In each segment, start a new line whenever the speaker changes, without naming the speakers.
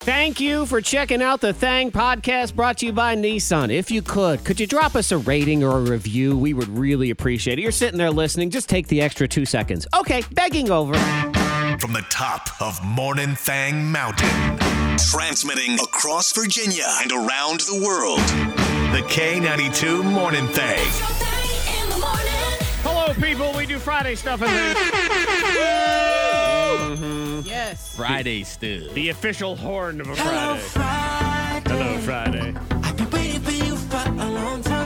Thank you for checking out the Thang podcast brought to you by Nissan. If you could, could you drop us a rating or a review? We would really appreciate it. You're sitting there listening, just take the extra two seconds. Okay, begging over.
From the top of Morning Thang Mountain, transmitting across Virginia and around the world. The K92 Morning Thang.
Hello, people. We do Friday stuff in there.
Mm-hmm. Yes.
Friday still.
The official horn of a Friday. Hello, Friday.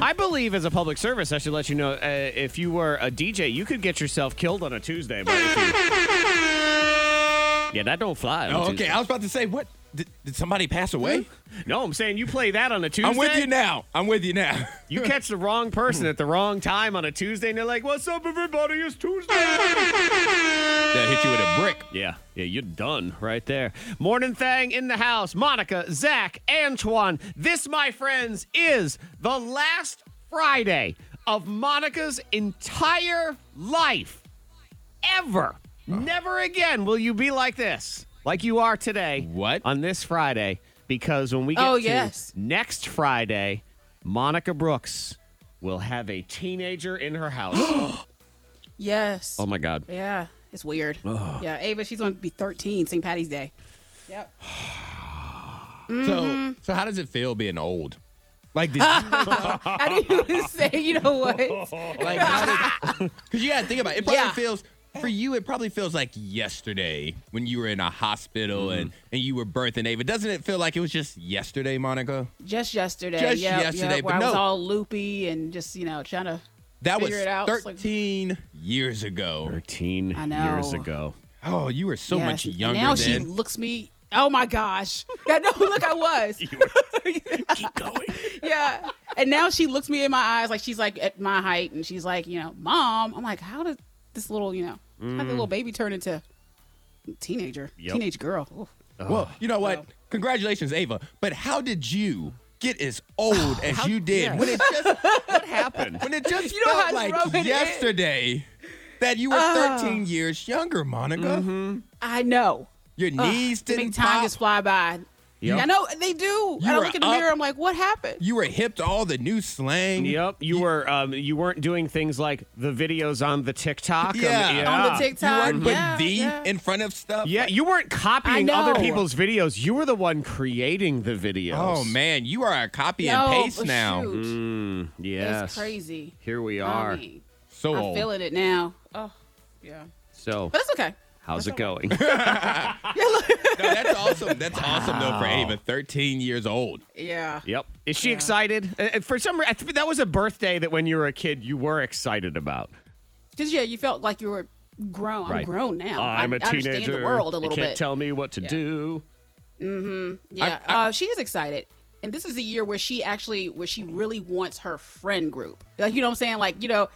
I believe as a public service, I should let you know uh, if you were a DJ, you could get yourself killed on a Tuesday. but if you- yeah, that don't fly. on a
Oh, okay.
Tuesday.
I was about to say, what? Did, did somebody pass
Hmm?
away?
No, I'm saying you play that on a Tuesday.
I'm with you now. I'm with you now.
You catch the wrong person at the wrong time on a Tuesday, and they're like, "What's up, everybody? It's Tuesday."
that hit you with a brick.
Yeah, yeah, you're done right there. Morning Thang in the house. Monica, Zach, Antoine. This, my friends, is the last Friday of Monica's entire life. Ever. Never again will you be like this, like you are today.
What?
On this Friday, because when we get
Oh,
to
yes.
next Friday, Monica Brooks will have a teenager in her house.
Yes.
oh, my God.
yeah. It's weird. Yeah. Ava, she's going to be 13, St. Patty's Day. Yep. Mm-hmm.
So, so how does it feel being old? Like, did
Ah! How do you even say, you know what?
like, how did? Because you gotta think about it. It probably
Yeah.
feels for you. It probably feels like yesterday when you were in a hospital
Mm-hmm.
and and you were birthing Ava. Doesn't it feel like it was just yesterday, Monica?
Just yesterday.
Just
yep,
yesterday,
Yep, where
but
I was
no.
all loopy and just, you know, trying to.
That
Figure
was
it out. It's like-
13 years ago.
13
I
years
know.
ago.
Oh, you were so
yes.
much
And
younger
Now she
then.
looks me. Oh my gosh. Yeah, no, look, I was.
Keep going.
Yeah. And now she looks me in my eyes like she's like at my height and she's like, you know, mom. I'm like, how did this little, you know, how did the
Mm.
little baby turn into teenager,
Yep.
teenage girl? Oof.
Well, you know what? Congratulations, Ava. But how did you get as old as you did
yeah.
when it just
What happened?
when it just
You know how
felt
it's
like
rubbing in? Ah.
yesterday that you were 13 years younger, Monica?
Mm-hmm. I know.
Your
Ugh,
knees
they make
didn't
Ah, time
pop.
just fly by.
Yep.
I know they do.
You
and I
were
look in the
up.
mirror. I'm like, what happened?
You were hip to all the new slang.
Yep, you were um, you weren't doing things like the videos on the TikTok. um,
Yeah.
On the
You
TikTok,
weren't putting
yeah,
the
yeah.
in front of stuff.
Yeah, you weren't copying
I know.
other people's videos. You were the one creating the videos.
Oh man, you are a copy
No,
and paste
but
now.
shoot.
Mm, yes,
It's crazy.
Here we
I
are.
mean,
So
I'm
old.
feeling it now. Oh, yeah.
So,
But it's okay.
how's it going?
No, that's awesome. That's awesome though for Ava, 13 years old.
Yeah.
yep. Is she excited? Uh, uh, for some reason, that was a birthday that when you were a kid, you were excited about.
Because, yeah, you felt like you were grown. I'm
Right.
grown now. I-
I'm a
Oh, I
teenager.
understand the world a
You
little
can't
bit.
tell me what to do.
Yeah, uh, she is excited, and this is the year where she actually, where she really wants her friend group. Like you know what I'm saying? Like you know,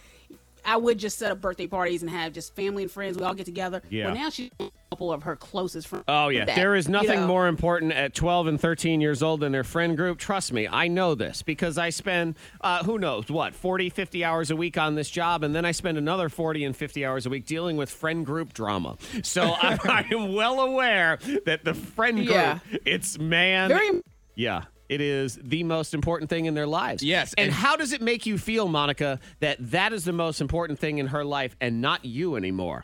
I would just set up birthday parties and have just family and friends. We all get together.
Yeah.
Well, now she's a couple of her closest friends.
Oh yeah,
that,
there is
you
nothing
know.
more important at 12 and 13 years old than their friend group. Trust me, I know this because I spend uh, who knows what 40, 50 hours a week on this job, and then I spend another 40 and 50 hours a week dealing with friend group drama. So I, I am well aware that the friend group,
Yeah.
it's man,
Very.
yeah. It is the most important thing in their lives.
Yes,
And,
and-
how does it make you feel, Monica, that that is the most important thing in her life and not you anymore?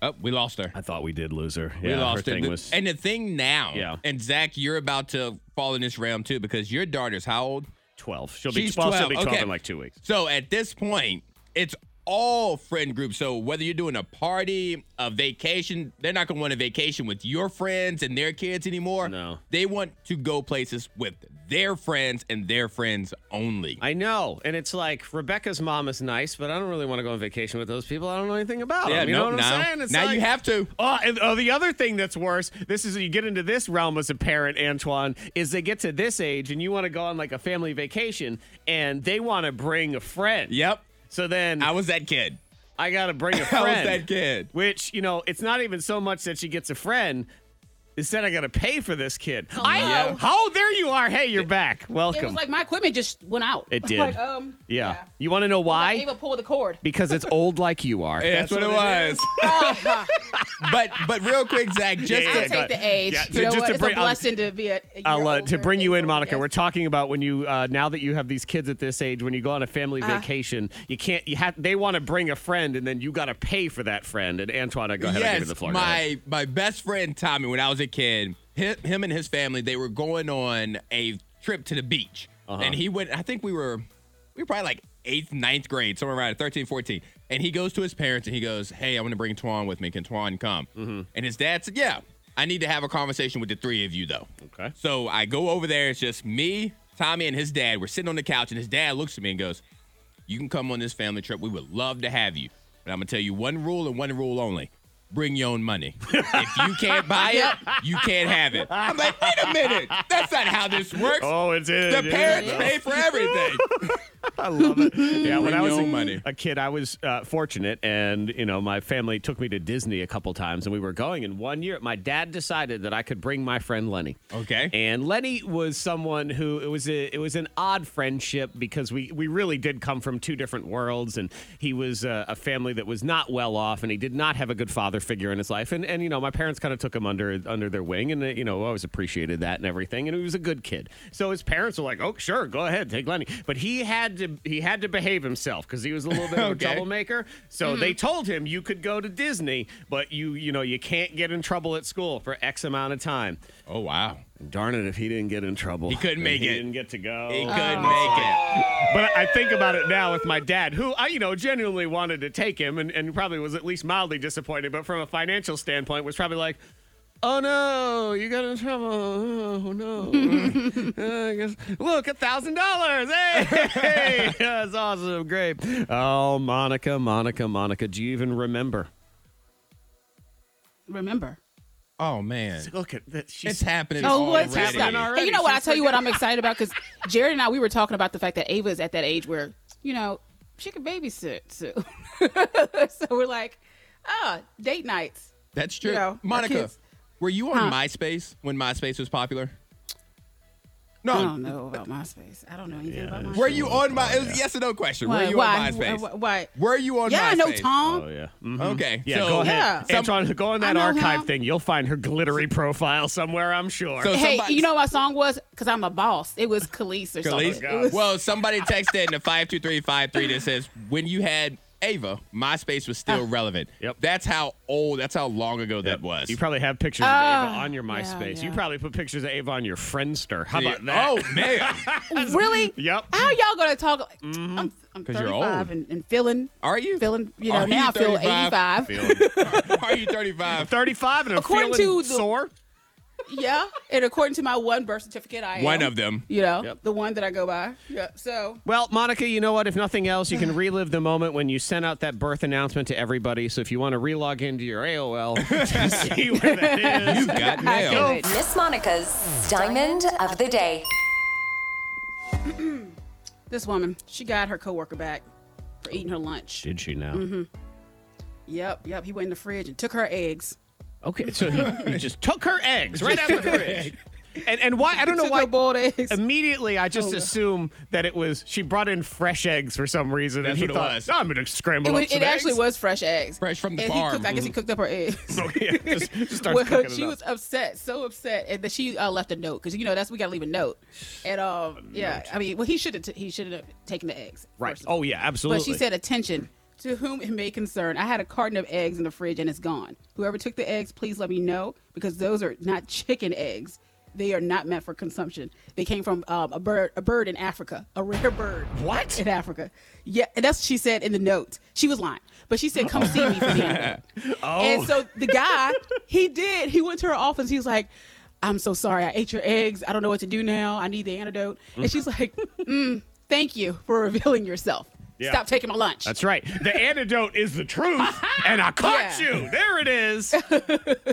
Oh, we lost her.
I thought we did lose her.
we lost her. The- and the thing now,
Yeah.
and Zach, you're about to fall in this realm too because your daughter's how old?
12. She'll
She's
well, she'll
12, okay.
two weeks.
So at this point, it's all friend groups. So whether you're doing a party, a vacation, they're not going to want a vacation with your friends and their kids anymore.
No.
They want to go places with their friends and their friends only.
I know. And it's like Rebecca's mom is nice, but I don't really want to go on vacation with those people. I don't know anything about
yeah,
them. You
no,
know what
Um, now,
I'm saying? It's
now
like-
you have to.
Oh, and, oh, the other thing that's worse, this is you get into this realm as a parent, Antoine, is they get to this age and you want to go on like a family vacation and they want to bring a friend.
Yep.
So then
I
I
was that kid.
got to bring a
I
friend.
was that kid.
Which, you know, it's not even so much that she gets a friend. It said I gotta pay for this kid. I know. Oh, there you are. Hey, you're back.
It was
Welcome.
like my equipment just went out.
It did.
Like, um,
yeah. You want to know
I
why?
gave a pull of the cord.
Because it's old like you are.
That's, what, it was. but but real quick, Zach, just
Yeah,
I'll
to,
go ahead.
take the age.
Yeah,
you know
just
what?
to
It's
bring-
a
I'll-
blessing to be a. a
I'll,
year
uh, to
older
bring
and
you in,
older,
Monica.
yes.
We're talking about when you uh, now that you have these kids at this age, when you go on a family
Uh-huh.
vacation, you can't. You have they want to bring a friend, and then you got to pay for that friend. And Antoine, I go ahead. I give you
yes,
the floor. Go ahead.
my my best friend Tommy, when I was a kid, him, him and his family, they were going on a trip to the beach,
Uh-huh.
and he went. I think we were we were probably like eighth, ninth grade, somewhere around 13, 14. And he goes to his parents and he goes, "Hey, I'm going to bring Twan with me. Can Twan come?"
Mm-hmm.
And his dad said, "Yeah." I need to have a conversation with the three of you though.
Okay.
So I go over there. It's just me, Tommy, and his dad. We're sitting on the couch, and his dad looks at me and goes, you can come on this family trip. We would love to have you. But I'm gonna tell you one rule and one rule only. Bring your own money. if you can't buy it, you can't have it. I'm like, wait a minute. That's not how this works.
Oh, it's in.
the
yeah.
parents pay for everything.
I love it. Yeah, when
Bring
I
your
was a,
own money.
a kid, I was uh, fortunate, and you know, my family took me to Disney a couple times, and we were going. And one year, my dad decided that I could bring my friend Lenny.
Okay.
And Lenny was someone who it was a, it was an odd friendship because we we really did come from two different worlds, and he was a, a family that was not well off, and he did not have a good father figure in his life. And and you know, my parents kind of took him under under their wing, and uh, you know, always appreciated that and everything. And he was a good kid, so his parents were like, "Oh, sure, go ahead, take Lenny," but he had to he had to behave himself because he was a little bit of a
Okay. Mm-hmm.
troublemaker troublemaker. So they told him you could go to Disney, but you you know you can't get in trouble at school for X amount of time.
Oh wow.
Darn it! If he didn't get in trouble, he
couldn't make
he
it.
Didn't get to go.
Oh,
He couldn't make it.
But I think about it now with my dad, who I you know genuinely wanted to take him, and, and probably was at least mildly disappointed. But from a financial standpoint, was probably like. Oh no! You got in trouble. Oh no! Uh, I guess- look, a thousand dollars. Hey, that's awesome. Great. Oh, Monica, Monica, Monica. Do you even remember?
Remember.
Oh man.
Look at that. She's
It's happening.
Oh, what's
what's
happening
happening
already.
Hey, you know what? I tell you what, I'm excited about because Jared and I we were talking about the fact that Ava is at that age where you know she can babysit, so, so we're like, ah, date nights.
That's true.
You know, our
Monica,
kids-
were you on MySpace when MySpace was popular? No.
I don't know about MySpace. I don't know anything about MySpace.
Were you on my? It was a yes or no question.
Why?
Were you
why?
on MySpace?
Why? why-
Were you on
yeah, I
MySpace?
know Tom.
Oh yeah. Mhm.
Okay.
Yeah,
so-
go ahead.
Yeah.
Antoine, go on
I
that
know
archive
him.
thing. You'll find her glittery profile somewhere, I'm sure.
So-
Hey,
Oh, somebody-
you know what my song was? Because I'm a boss. It was Khalees or
Khalees?
something. It was-
Well, somebody texted in the 52353 that says, when you had Ava, MySpace was still relevant.
Ah. Yep.
That's how old, that's how long ago that was.
you probably have pictures of Ava on your MySpace. You
Oh, yeah.
probably put pictures of Ava on your Friendster. How
Yeah.
about that?
Oh, man.
really?
Yep.
How y'all gonna talk? I'm, I'm
Mm-hmm. 'Cause you're
35
old.
and, and feeling.
Are you?
Feeling, you know,
Are
now I feel
35?
85.
Are you 35?
35 and I'm
According
feeling
to the-
sore.
yeah. And according to my one birth certificate, I am.
One of them.
You know,
Yep.
the one that I go by. Yeah. So
Well, Monica, you know what? If nothing else, you can relive the moment when you sent out that birth announcement to everybody. So if you want to relog into your AOL to see where that is,
You got
Go.
mail.
Miss Monica's Diamond of the Day.
this woman, she got her coworker back for eating her lunch.
did she now?
Mm-hmm. Yep. Yep. He went in the fridge and took her eggs.
Okay, so he, he just took her eggs right out of the fridge. And, and why? I don't know
took
why.
her boiled eggs.
immediately I
Oh,
just assume that it was she brought in fresh eggs for some reason,
That's
and he
what it
thought
was.
"Oh, I'm gonna scramble
It,
up
was,
some
it actually
eggs."
was fresh eggs.
Fresh from the
and
farm.
He cooked, I guess he cooked up her eggs.
So, yeah, just, just starts
well,
cooking it
she
up.
was upset, so upset, and that she uh, left a note because you know that's we gotta leave a note. And um, yeah, I mean, well, he should have t- he should have taken the eggs.
right.
first of all.
Oh yeah, absolutely.
But she said, "Attention to whom it may concern. I had a carton of eggs in the fridge and it's gone. Whoever took the eggs, please let me know because those are not chicken eggs. They are not meant for consumption. They came from um, a bird, a bird in Africa, a rare bird.
What?
in Africa? Yeah, and that's what she said in the note. She was lying, but she said, "Come see me for dinner."
Oh.
And so the guy, he did. He went to her office. He was like. I'm so sorry. I ate your eggs. I don't know what to do now. I need the antidote. And she's
Mm-hmm.
like, mm, thank you for revealing yourself.
Yeah.
Stop taking my lunch.
"That's right. The antidote is the truth, and I caught
Yeah.
you. There it is.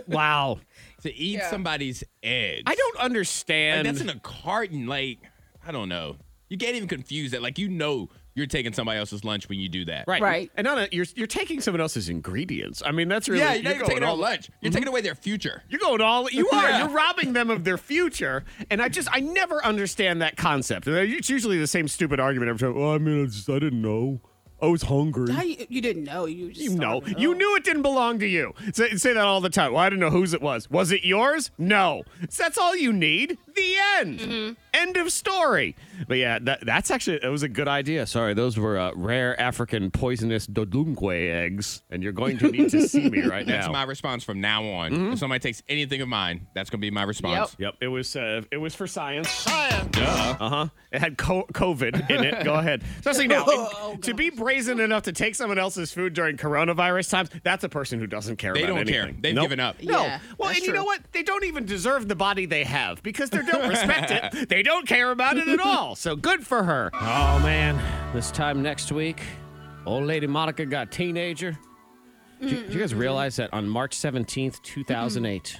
wow.
To eat somebody's eggs.
I don't understand.
Like, that's in a carton. Like, I don't know. You can't even confuse that. Like, you know you're taking somebody else's lunch when you do that.
Right.
Right.
And Anna, you're you're taking someone else's ingredients. I mean, that's really
Yeah, you're, not even taking
all Mm-hmm.
their lunch. You're taking away their future.
You're going all you are.
Yeah.
You're robbing them of their future. And I just I never understand that concept. And It's usually the same stupid argument every time. Oh, I mean, I, just, I didn't know. I was hungry.
How you, you didn't know. You just
you know,
don't
oh.
you knew it didn't belong to you. Say, say that all the time. Well, I didn't know whose it was. Was it yours? No. So that's all you need. The end.
Mm-hmm.
End of story. But yeah, that, that's actually that was a good idea. Sorry, those were uh, rare African poisonous dodunque eggs, and you're going to need to see me right
That's
now.
my response from now on.
Mm-hmm.
If somebody takes anything of mine, that's going to be my response.
Yep, it was uh, it was for science. Science.
Uh-huh.
Uh huh. It had co- COVID in it. Go ahead. Especially now,
Oh,
It- to be brazen enough to take someone else's food during coronavirus times, that's a person who doesn't care.
They
about
don't care.
anything.
They've
Nope.
given up.
No.
Yeah,
well, and
that's
you know
true.
what? They don't even deserve the body they have because they don't respect it. They don't care about it at all. So good for her. Oh man, this time next week, old lady Monica got teenager. Do you, do you guys realize that on March 17th, 2008,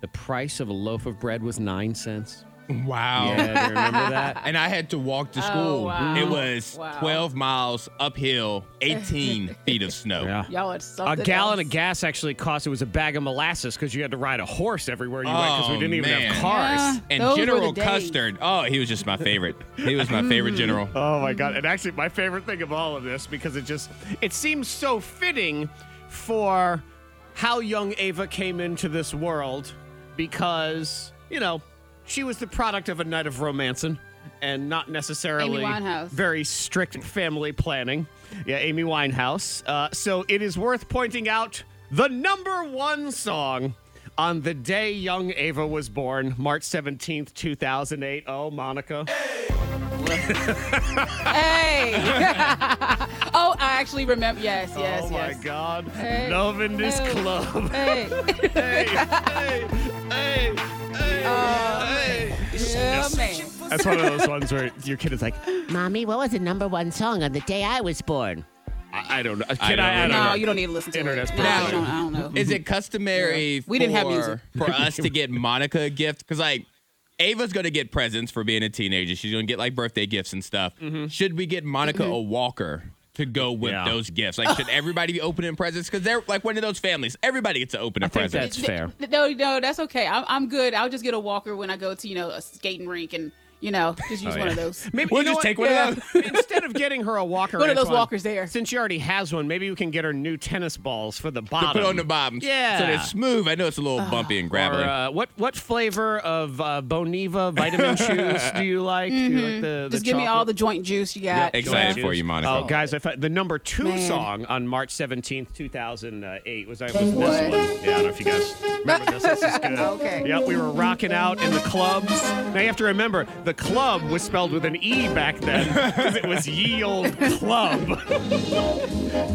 the price of a loaf of bread was 9 cents?
Wow.
Yeah, do you remember that?
And I had to walk to school.
Oh, wow.
It was
Wow.
12 miles uphill, 18 feet of snow.
Y'all are something.
A gallon
else.
of gas actually cost it was a bag of molasses because you had to ride a horse everywhere you went because we
Oh,
didn't even
man.
have cars.
Yeah.
And
Uh, Those were
General
the days.
Custard. Oh, he was just my favorite. He was my favorite general.
Oh my god! And actually, my favorite thing of all of this because it just it seems so fitting for how young Ava came into this world because you know she was the product of a night of romancing and not necessarily
Winehouse.
very strict family planning. Yeah, Amy Winehouse. Uh, so it is worth pointing out the number one song. On the day young Ava was born, March 17th, 2008. Oh, Monica.
Hey. oh, I actually remember. Yes, yes,
oh
yes.
my God.
Hey.
Love in this
Hey.
club.
Hey.
hey, hey, hey, hey, hey.
Yeah, Oh, man.
That's one of those ones where your kid is like,
Mommy, what was the number one song on the day I was born?
I, I don't know. Kid,
I
I,
don't
I don't
know.
know.
No, you don't need to listen to
Internet's
it. No, I don't, I don't know.
Is it customary
Mm-hmm. We didn't have music.
for- for us to get Monica a gift? Because, like, Ava's going to get presents for being a teenager. She's going to get, like, birthday gifts and stuff.
Mm-hmm.
Should we get Monica a walker? To go with
Yeah.
those gifts, like should everybody be opening presents? Because they're like one of those families. Everybody gets to open a
I think
present.
that's fair.
No, no, that's okay. I'm, I'm good. I'll just get a walker when I go to you know a skating rink and you know just use one of those.
Oh, Maybe
We'll
you know
just
what?
take one
Yeah.
of those.
Instead of getting her a walker,
One of those
Antoine,
walkers there.
Since she already has one, maybe we can get her new tennis balls for the bottom.
To put on the bottom.
Yeah.
So they're smooth. I know it's a little bumpy and
Or,
gravelly.
uh, what what flavor of uh, Boniva vitamin shoes do you like? Do you like the,
Just
the
give me all
chocolate?
the joint juice you got.
Yeah, Excited for you, Monica.
Oh, guys, I thought the number two
Man.
song on March 17th, 2008 was, was this one. Yeah, I don't know if you guys remember this. This is good.
Okay.
Yeah, we were rocking out in the clubs. Now you have to remember, the club was spelled with an E back then because it was ye old club.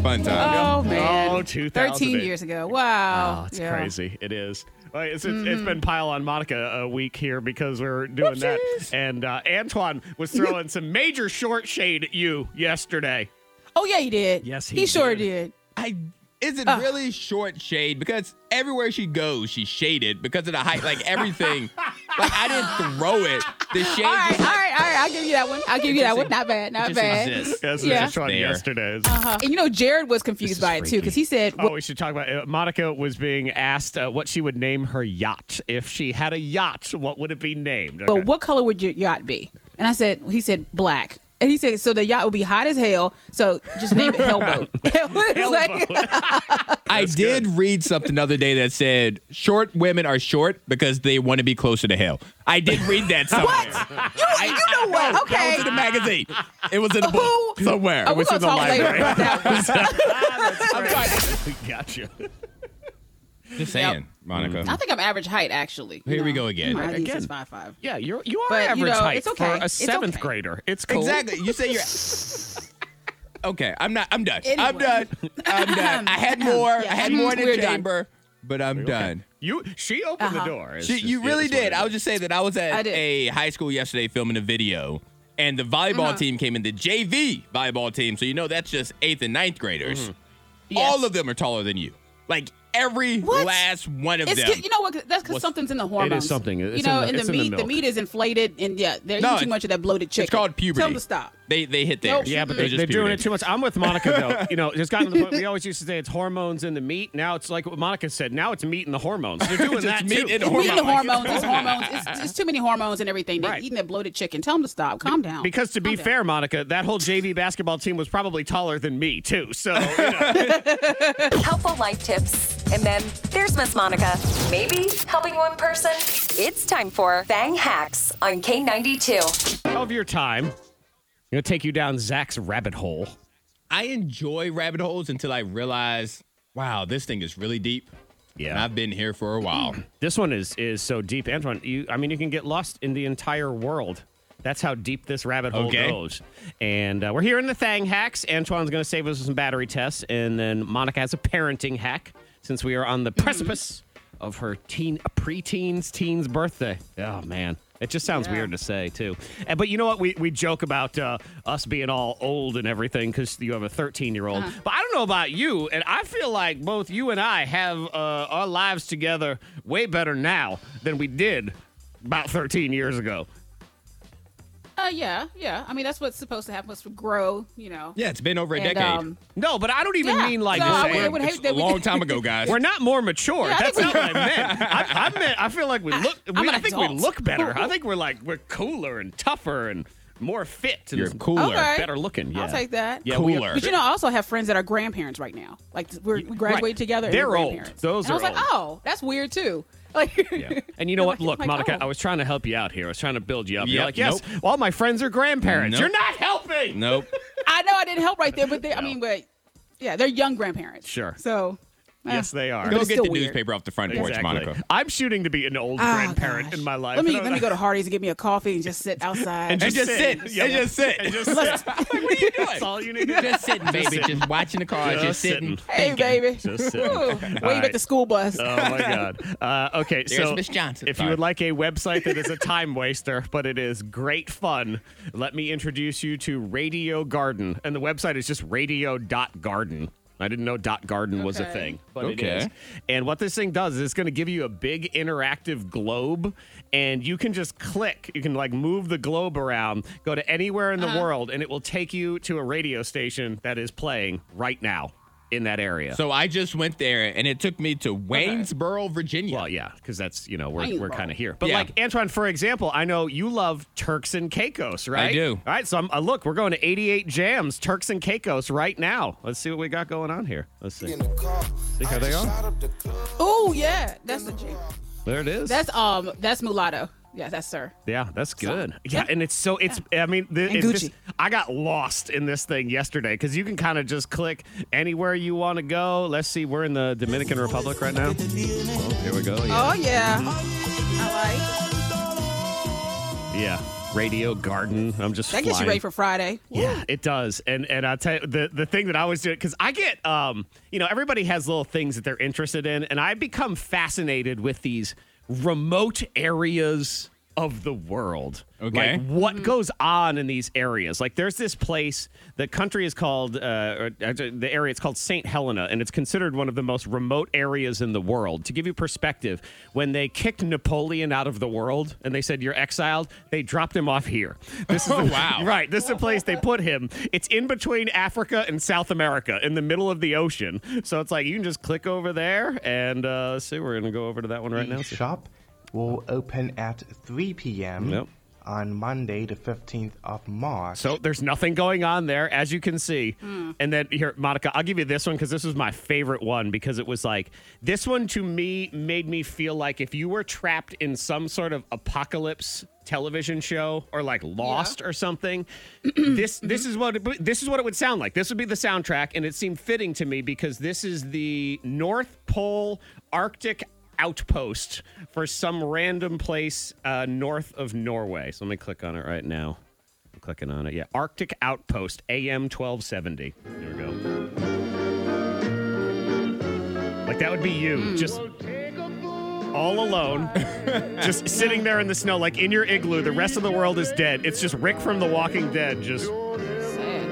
Fun time.
Oh man.
Oh, 2008.
Thirteen years ago. Wow.
Oh, it's
Yeah. Mm-hmm.
crazy. It is. All right, It's, it's- it's been pile on Monica a week here because we're doing that. And uh, Antoine was throwing some major short shade at you yesterday.
Oh yeah, he did.
Yes, he
he, sure
did.
did.
I is it really short shade? Because everywhere she goes, she's shaded because of the height. Like everything. like I didn't throw it. The shade.
All right, all
just-
right, all right. I'll give you that one. I'll give you that one. Not bad. Not
just
bad.
exists.
Yes,
Yeah. Uh-huh.
this is
Fair.
yesterday.
And you know, Jared was confused by it too because he said,
Oh, we should talk about uh, Monica was being asked uh, what she would name her yacht. If she had a yacht, what would it be named?
"Well,
Okay.
what color would your yacht be?" And I said, "He said black." And he said, "So the yacht would be hot as hell. So just name it Hellboat." It's like-
I did read something the other day that said short women are short because they want to be closer to hell. I did read that somewhere.
you, you know what?
That was
Okay.
in the magazine. It was in the book
Who-
somewhere.
Oh, we're gonna talk later about that one.
Ah, gotcha.
Just saying, Monica.
I think I'm average height actually.
Here we go again.
My height
Again.
is five five.
Yeah, you're you are
But, you
average
know,
height
it's okay.
for a
It's
seventh
okay.
grader. It's cool.
Exactly. You say you're. Okay, I'm not. I'm done. I'm
Anyway.
done. I'm done. I had more. I
Yeah.
had more in the
We're done.
chamber, but I'm done.
You she opened the
Uh-huh.
door. It's
She,
just-
you
yeah,
really
it's what
did.
it
I
is.
was just saying that I was at
I did.
a high school yesterday filming a video, and the volleyball
Uh-huh.
team came in the JV volleyball team. So you know that's just eighth and ninth graders.
Mm-hmm.
All of them are taller than you. Like every
What?
last one of
It's
them.
'cause- you know what? 'cause That's because
What's-
something's in the hormones.
something. It's
you
in
know,
the-
and the
it's in the
meat, the,
milk.
meat is inflated, and yeah, they're
No,
eating
it-
too much of that bloated chicken.
it's called puberty.
Tell them to stop.
They they hit theirs.
Yeah, but
It was
they,
just
they're doing
puberty.
it too much. I'm with Monica though. You know, it's gotten to the point we always used to say it's hormones in the meat. Now it's like what Monica said. Now it's meat and the hormones. They're doing
It's
that
meat
too.
and
It's meat
hormones.
and hormones. It's hormones. It's, it's too many hormones and everything. They're
Right.
eating that bloated chicken. Tell them to stop. Calm down.
because to be
Calm down.
fair, Monica, that whole JV basketball team was probably taller than me too. So you know.
Helpful life tips. And then there's Miss Monica. Maybe helping one person. It's time for Fang Hacks on K92.
of your time, I'm gonna take you down Zach's rabbit hole.
I enjoy rabbit holes until I realize, wow, this thing is really deep.
Yeah.
And I've been here for a while.
This one is is so deep, Antoine. You, I mean, you can get lost in the entire world. That's how deep this rabbit hole
Okay.
goes. And uh, we're here in the Thang hacks. Antoine's going to save us with some battery tests, and then Monica has a parenting hack since we are on the precipice of her teen, preteens, teens birthday. Oh man, it just sounds weird to say too. And, but you know what? We we joke about uh, us being all old and everything because you have a 13 year old. But I don't know about you, and I feel like both you and I have uh, our lives together way better now than we did about 13 years ago.
Uh, yeah, yeah. I mean, that's what's supposed to happen. Was to grow. You know.
Yeah, it's been over a
And,
decade.
um,
No, but I don't even
Yeah.
mean like
No,
uh,
I
saying-
would- I would hate
It's
that
a
we-
long time ago, guys.
We're not more mature.
I
That's not
think
what I meant. I, I meant I feel like we look. we,
an
I think we
adult.
look better. I think we're like we're cooler and tougher and more fit and
You're cooler.
Okay.
better looking. Yeah,
I'll take that.
Yeah, we-
cooler.
But you know, I also have friends that are grandparents right now. Like we're, we graduate
Right.
together. and
They're
we're
old.
grandparents.
Those
and I was
are
like, oh, that's weird too. Like,
Yeah. And you know what?
Like,
Look,
like,
Monica,
oh.
I was trying to help you out here. I was trying to build you up. You're
Yep,
like, yes,
nope.
all my friends are grandparents.
Nope.
You're not helping.
nope.
I know I didn't help right there, but they, I mean, but yeah, they're young grandparents.
Sure.
So. eh.
Yes, they are.
Go
it's
get the
still weird.
newspaper off the front porch,
Exactly.
Monica.
I'm shooting to be an old
Oh,
grandparent
gosh.
in my life.
Let me
And I-
let me go to Hardy's and get me a coffee and just sit outside.
And
And just sit.
Yeah.
And just sit.
and just sit. what are you doing? That's all you need. to do.
Just sitting, baby. Just watching the cars.
Just
Just sitting.
sitting.
hey, baby.
Just sit.
Ooh,
All
wave
right.
at the school bus.
Oh my God. Uh, okay,
There's
so
Miss Johnson.
if you
Sorry.
would like a website that is a time waster, but it is great fun, let me introduce you to Radio Garden. And the website is just radio.garden. I didn't know dot garden was a
Okay.
thing, but
Okay.
it is. And what this thing does is it's going to give you a big interactive globe, and you can just click. You can like move the globe around, go to anywhere in the
Uh-huh.
world, and it will take you to a radio station that is playing right now in that area.
So I just went there, and it took me to Waynesboro, Virginia.
Well, yeah, because that's you know we're
Ain't
we're
wrong.
kind of here. But
Yeah.
like Antoine, for example, I know you love Turks and Caicos, right?
do.
All right, so I'm, uh, look, we're going to 88 Jams Turks and Caicos right now. Let's see what we got going on here. Let's see. See how they are.
Oh yeah, that's the G.
There it is.
That's um, that's mulatto. Yeah, that's sir.
yeah, that's good. yeah, and it's so it's. I mean, the,
And
it- this-
Gucci.
I got lost in this thing yesterday because you can kind of just click anywhere you want to go. Let's see, we're in the Dominican Republic right now. Oh, here we go. Yeah.
Oh yeah, I like.
yeah. Radio Garden. I'm just.
That gets you
flying.
ready for Friday.
Yeah, it does. And and I tell you, the the thing that I always do because I get um you know everybody has little things that they're interested in, and I become fascinated with these remote areas of the world.
Okay. Mm-hmm.
Like what goes on in these areas? Like there's this place. The country is called uh, or, uh, the area. It's called Saint Helena, and it's considered one of the most remote areas in the world. To give you perspective, when they kicked Napoleon out of the world and they said you're exiled, they dropped him off here. This is
Oh,
the-
wow.
right. Right. This is the place they put him. It's in between Africa and South America, in the middle of the ocean. So it's like you can just click over there and uh, see. We're gonna go over to that one right now.
The shop will open at 3 p.m.
Yep.
on Monday, the 15th of March.
So there's nothing going on there, as you can see. And then here, Monica, I'll give you this one because this was my favorite one because it was like this one to me made me feel like if you were trapped in some sort of apocalypse television show or like Lost or something, this this is what it, this is what it would sound like. This would be the soundtrack, and it seemed fitting to me because this is the North Pole Arctic outpost for some random place uh, north of Norway. So let me click on it right now. I'm clicking on it. Yeah, Arctic Outpost, AM 1270. There we go. Like that would be you, just all alone, just sitting there in the snow, like in your igloo. The rest of the world is dead. It's just Rick from The Walking Dead, just
Sad.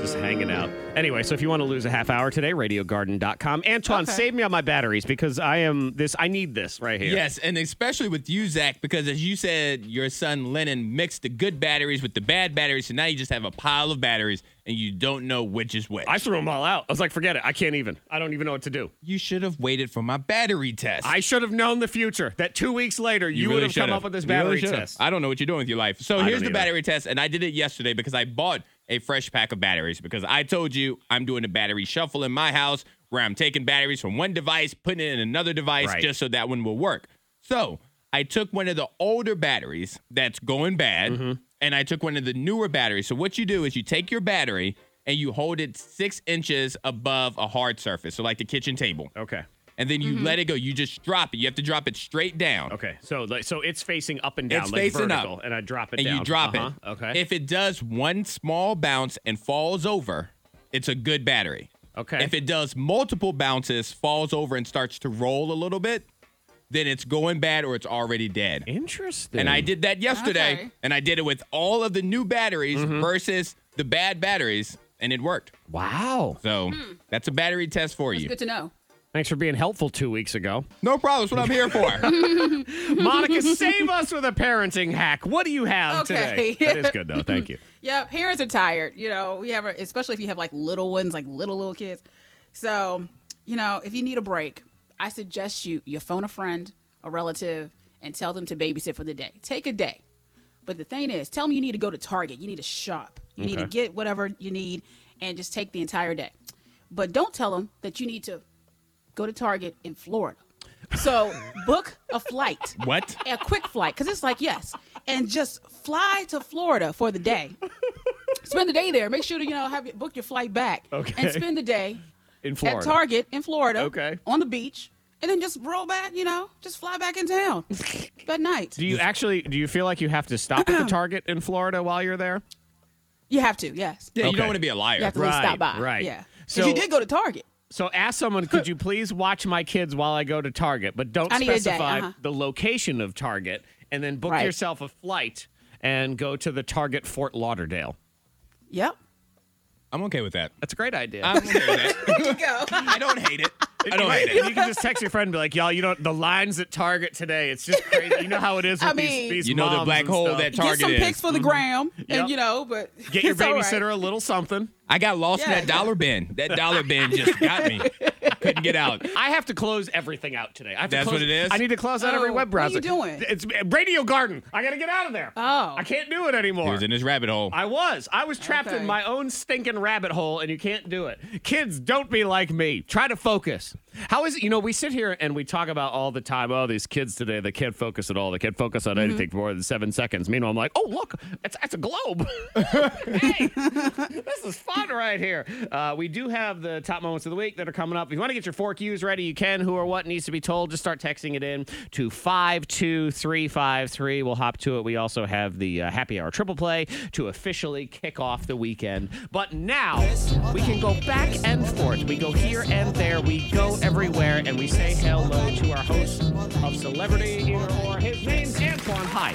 just hanging hanging out. Anyway, so if you want to lose a half hour today, radiogarden.com. Antoine, save me on my batteries because I am this. I need this right here.
Yes, and especially with you, Zach, because as you said, your son Lennon mixed the good batteries with the bad batteries, so now you just have a pile of batteries and you don't know which is which.
I threw them all out. I was like, forget it. I can't even. I don't even know what to do.
you should have waited for my battery test.
I should have known the future that two weeks later you, would
really
have
should
come up with this
You really
battery
should have.
test.
I don't know what you're doing with your life. So
don't
here's the
either.
battery test, and I did it yesterday because I bought a fresh pack of batteries because I told you I'm doing a battery shuffle in my house where I'm taking batteries from one device, putting it in another device
Right.
just so that one will work. So I took one of the older batteries that's going bad,
Mm-hmm.
and I took one of the newer batteries. So what you do is you take your battery and you hold it six inches above a hard surface, so like the kitchen table.
okay.
And then you let it go. You just drop it. You have to drop it straight down.
Okay. So like, so it's facing up and down,
It's
like
facing up.
vertical, and I drop it
and
down.
you drop
Uh-huh.
it.
Okay.
If it does one small bounce and falls over, it's a good battery.
Okay.
If it does multiple bounces, falls over, and starts to roll a little bit, then it's going bad or it's already dead.
Interesting.
And I did that yesterday,
Okay.
and I did it with all of the new batteries
Mm-hmm.
versus the bad batteries, and it worked.
Wow.
So that's a battery test for
It's
you.
Hmm. good to know.
Thanks for being helpful two weeks ago.
No problem. That's what I'm here for.
Monica, save us with a parenting hack. What do you have
Okay.
today? That is good though. Thank you.
Yeah, parents are tired. You know, we have, a, especially if you have like little ones, like little little kids. So, you know, if you need a break, I suggest you you phone a friend, a relative, and tell them to babysit for the day. Take a day. But the thing is, tell them you need to go to Target. You need to shop. You need to get whatever you need, and just take the entire day. But don't tell them that you need to go to Target in Florida. So book a flight
what?
a quick flight because it's like yes and just fly to florida for the day spend the day there make sure to you know have your, book your flight back
Okay.
and spend the day
In Florida.
at target in florida
Okay.
on the beach and then just roll back you know just fly back in town that night
Do you actually do you feel like you have to stop at the Target in Florida while you're there?
you have to yes
Yeah, you
Okay.
don't want to be a liar.
you have to at least
Right,
stop by
right.
yeah so
So-
you did go to target
So ask someone, could you please watch my kids while I go to Target, but don't
I need a day,
specify
uh-huh.
the location of Target, and then book
Right.
yourself a flight and go to the Target Fort Lauderdale.
yep
I'm okay with that.
That's a great idea.
I'm okay with that. I don't hate it. I don't hate it.
You can just text your friend and be like, y'all, you know, the lines at Target today, it's just crazy. You know how it is with
I
these,
mean-
these
You know the
moms
black
and
hole
stuff.
that
get some
Target
pics
is.
for the gram
mm-hmm. Yep.
and you know but
Get your
it's all right.
babysitter a little something.
I got lost
Yeah.
in that dollar bin. That dollar bin just got me. Couldn't get out.
I have to close everything out today. I have to
That's
close-
what it is?
I need to close out
Oh,
every web
what are
browser.
you doing?
It's uh, Radio Garden. I got to get out of there.
Oh.
I can't do it
He
anymore.
was in his rabbit hole.
I was. I was trapped
Okay.
in my own stinking rabbit hole, and you can't do it. Kids, don't be like me. Try to focus. How is it? You know, we sit here and we talk about all the time. Oh, these kids today, they can't focus at all. They can't focus on anything for more than seven seconds. Meanwhile, I'm like, oh, look, it's, it's a globe. hey, this is fun right here. Uh, we do have the top moments of the week that are coming up. If you want to get your fork use ready, you can. Who or what needs to be told, just start texting it in to 52353. We'll hop to it. We also have the uh, happy hour triple play to officially kick off the weekend. But now we can go back and forth. We go here and there. We go everywhere. And we say hello to our host of Celebrity Either Or. His name's Antoine. Hi.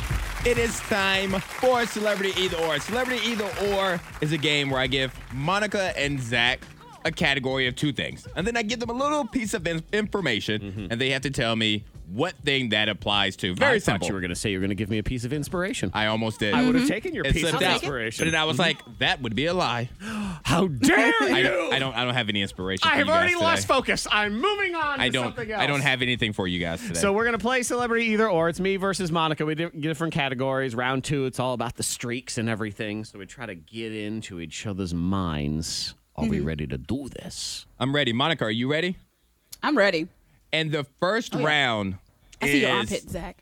It is time for Celebrity Either Or. Celebrity Either Or is a game where I give Monica and Zach a category of two things. And then I give them a little piece of in- information, and they have to tell me what thing that applies to.
Mm-hmm.
Very
I
simple.
thought you were going to say you were going to give me a piece of inspiration.
I almost did.
I would
Mm-hmm.
have taken your
It
piece of
slipped out.
inspiration. Mm-hmm.
But then I was like, that would be a lie.
How dare
I,
you!
I don't I don't have any inspiration.
I
for
have
you guys
already
today.
lost focus. I'm moving on
I
to
don't
something else.
I don't have anything for you guys today.
So we're gonna play celebrity either or. It's me versus Monica. We did different categories. Round two, it's all about the streaks and everything. So we try to get into each other's minds. Are
Mm-hmm.
we ready to do this?
I'm ready. Monica, are you ready?
i'm ready
And the first
Oh,
round
i
is
see your armpit zach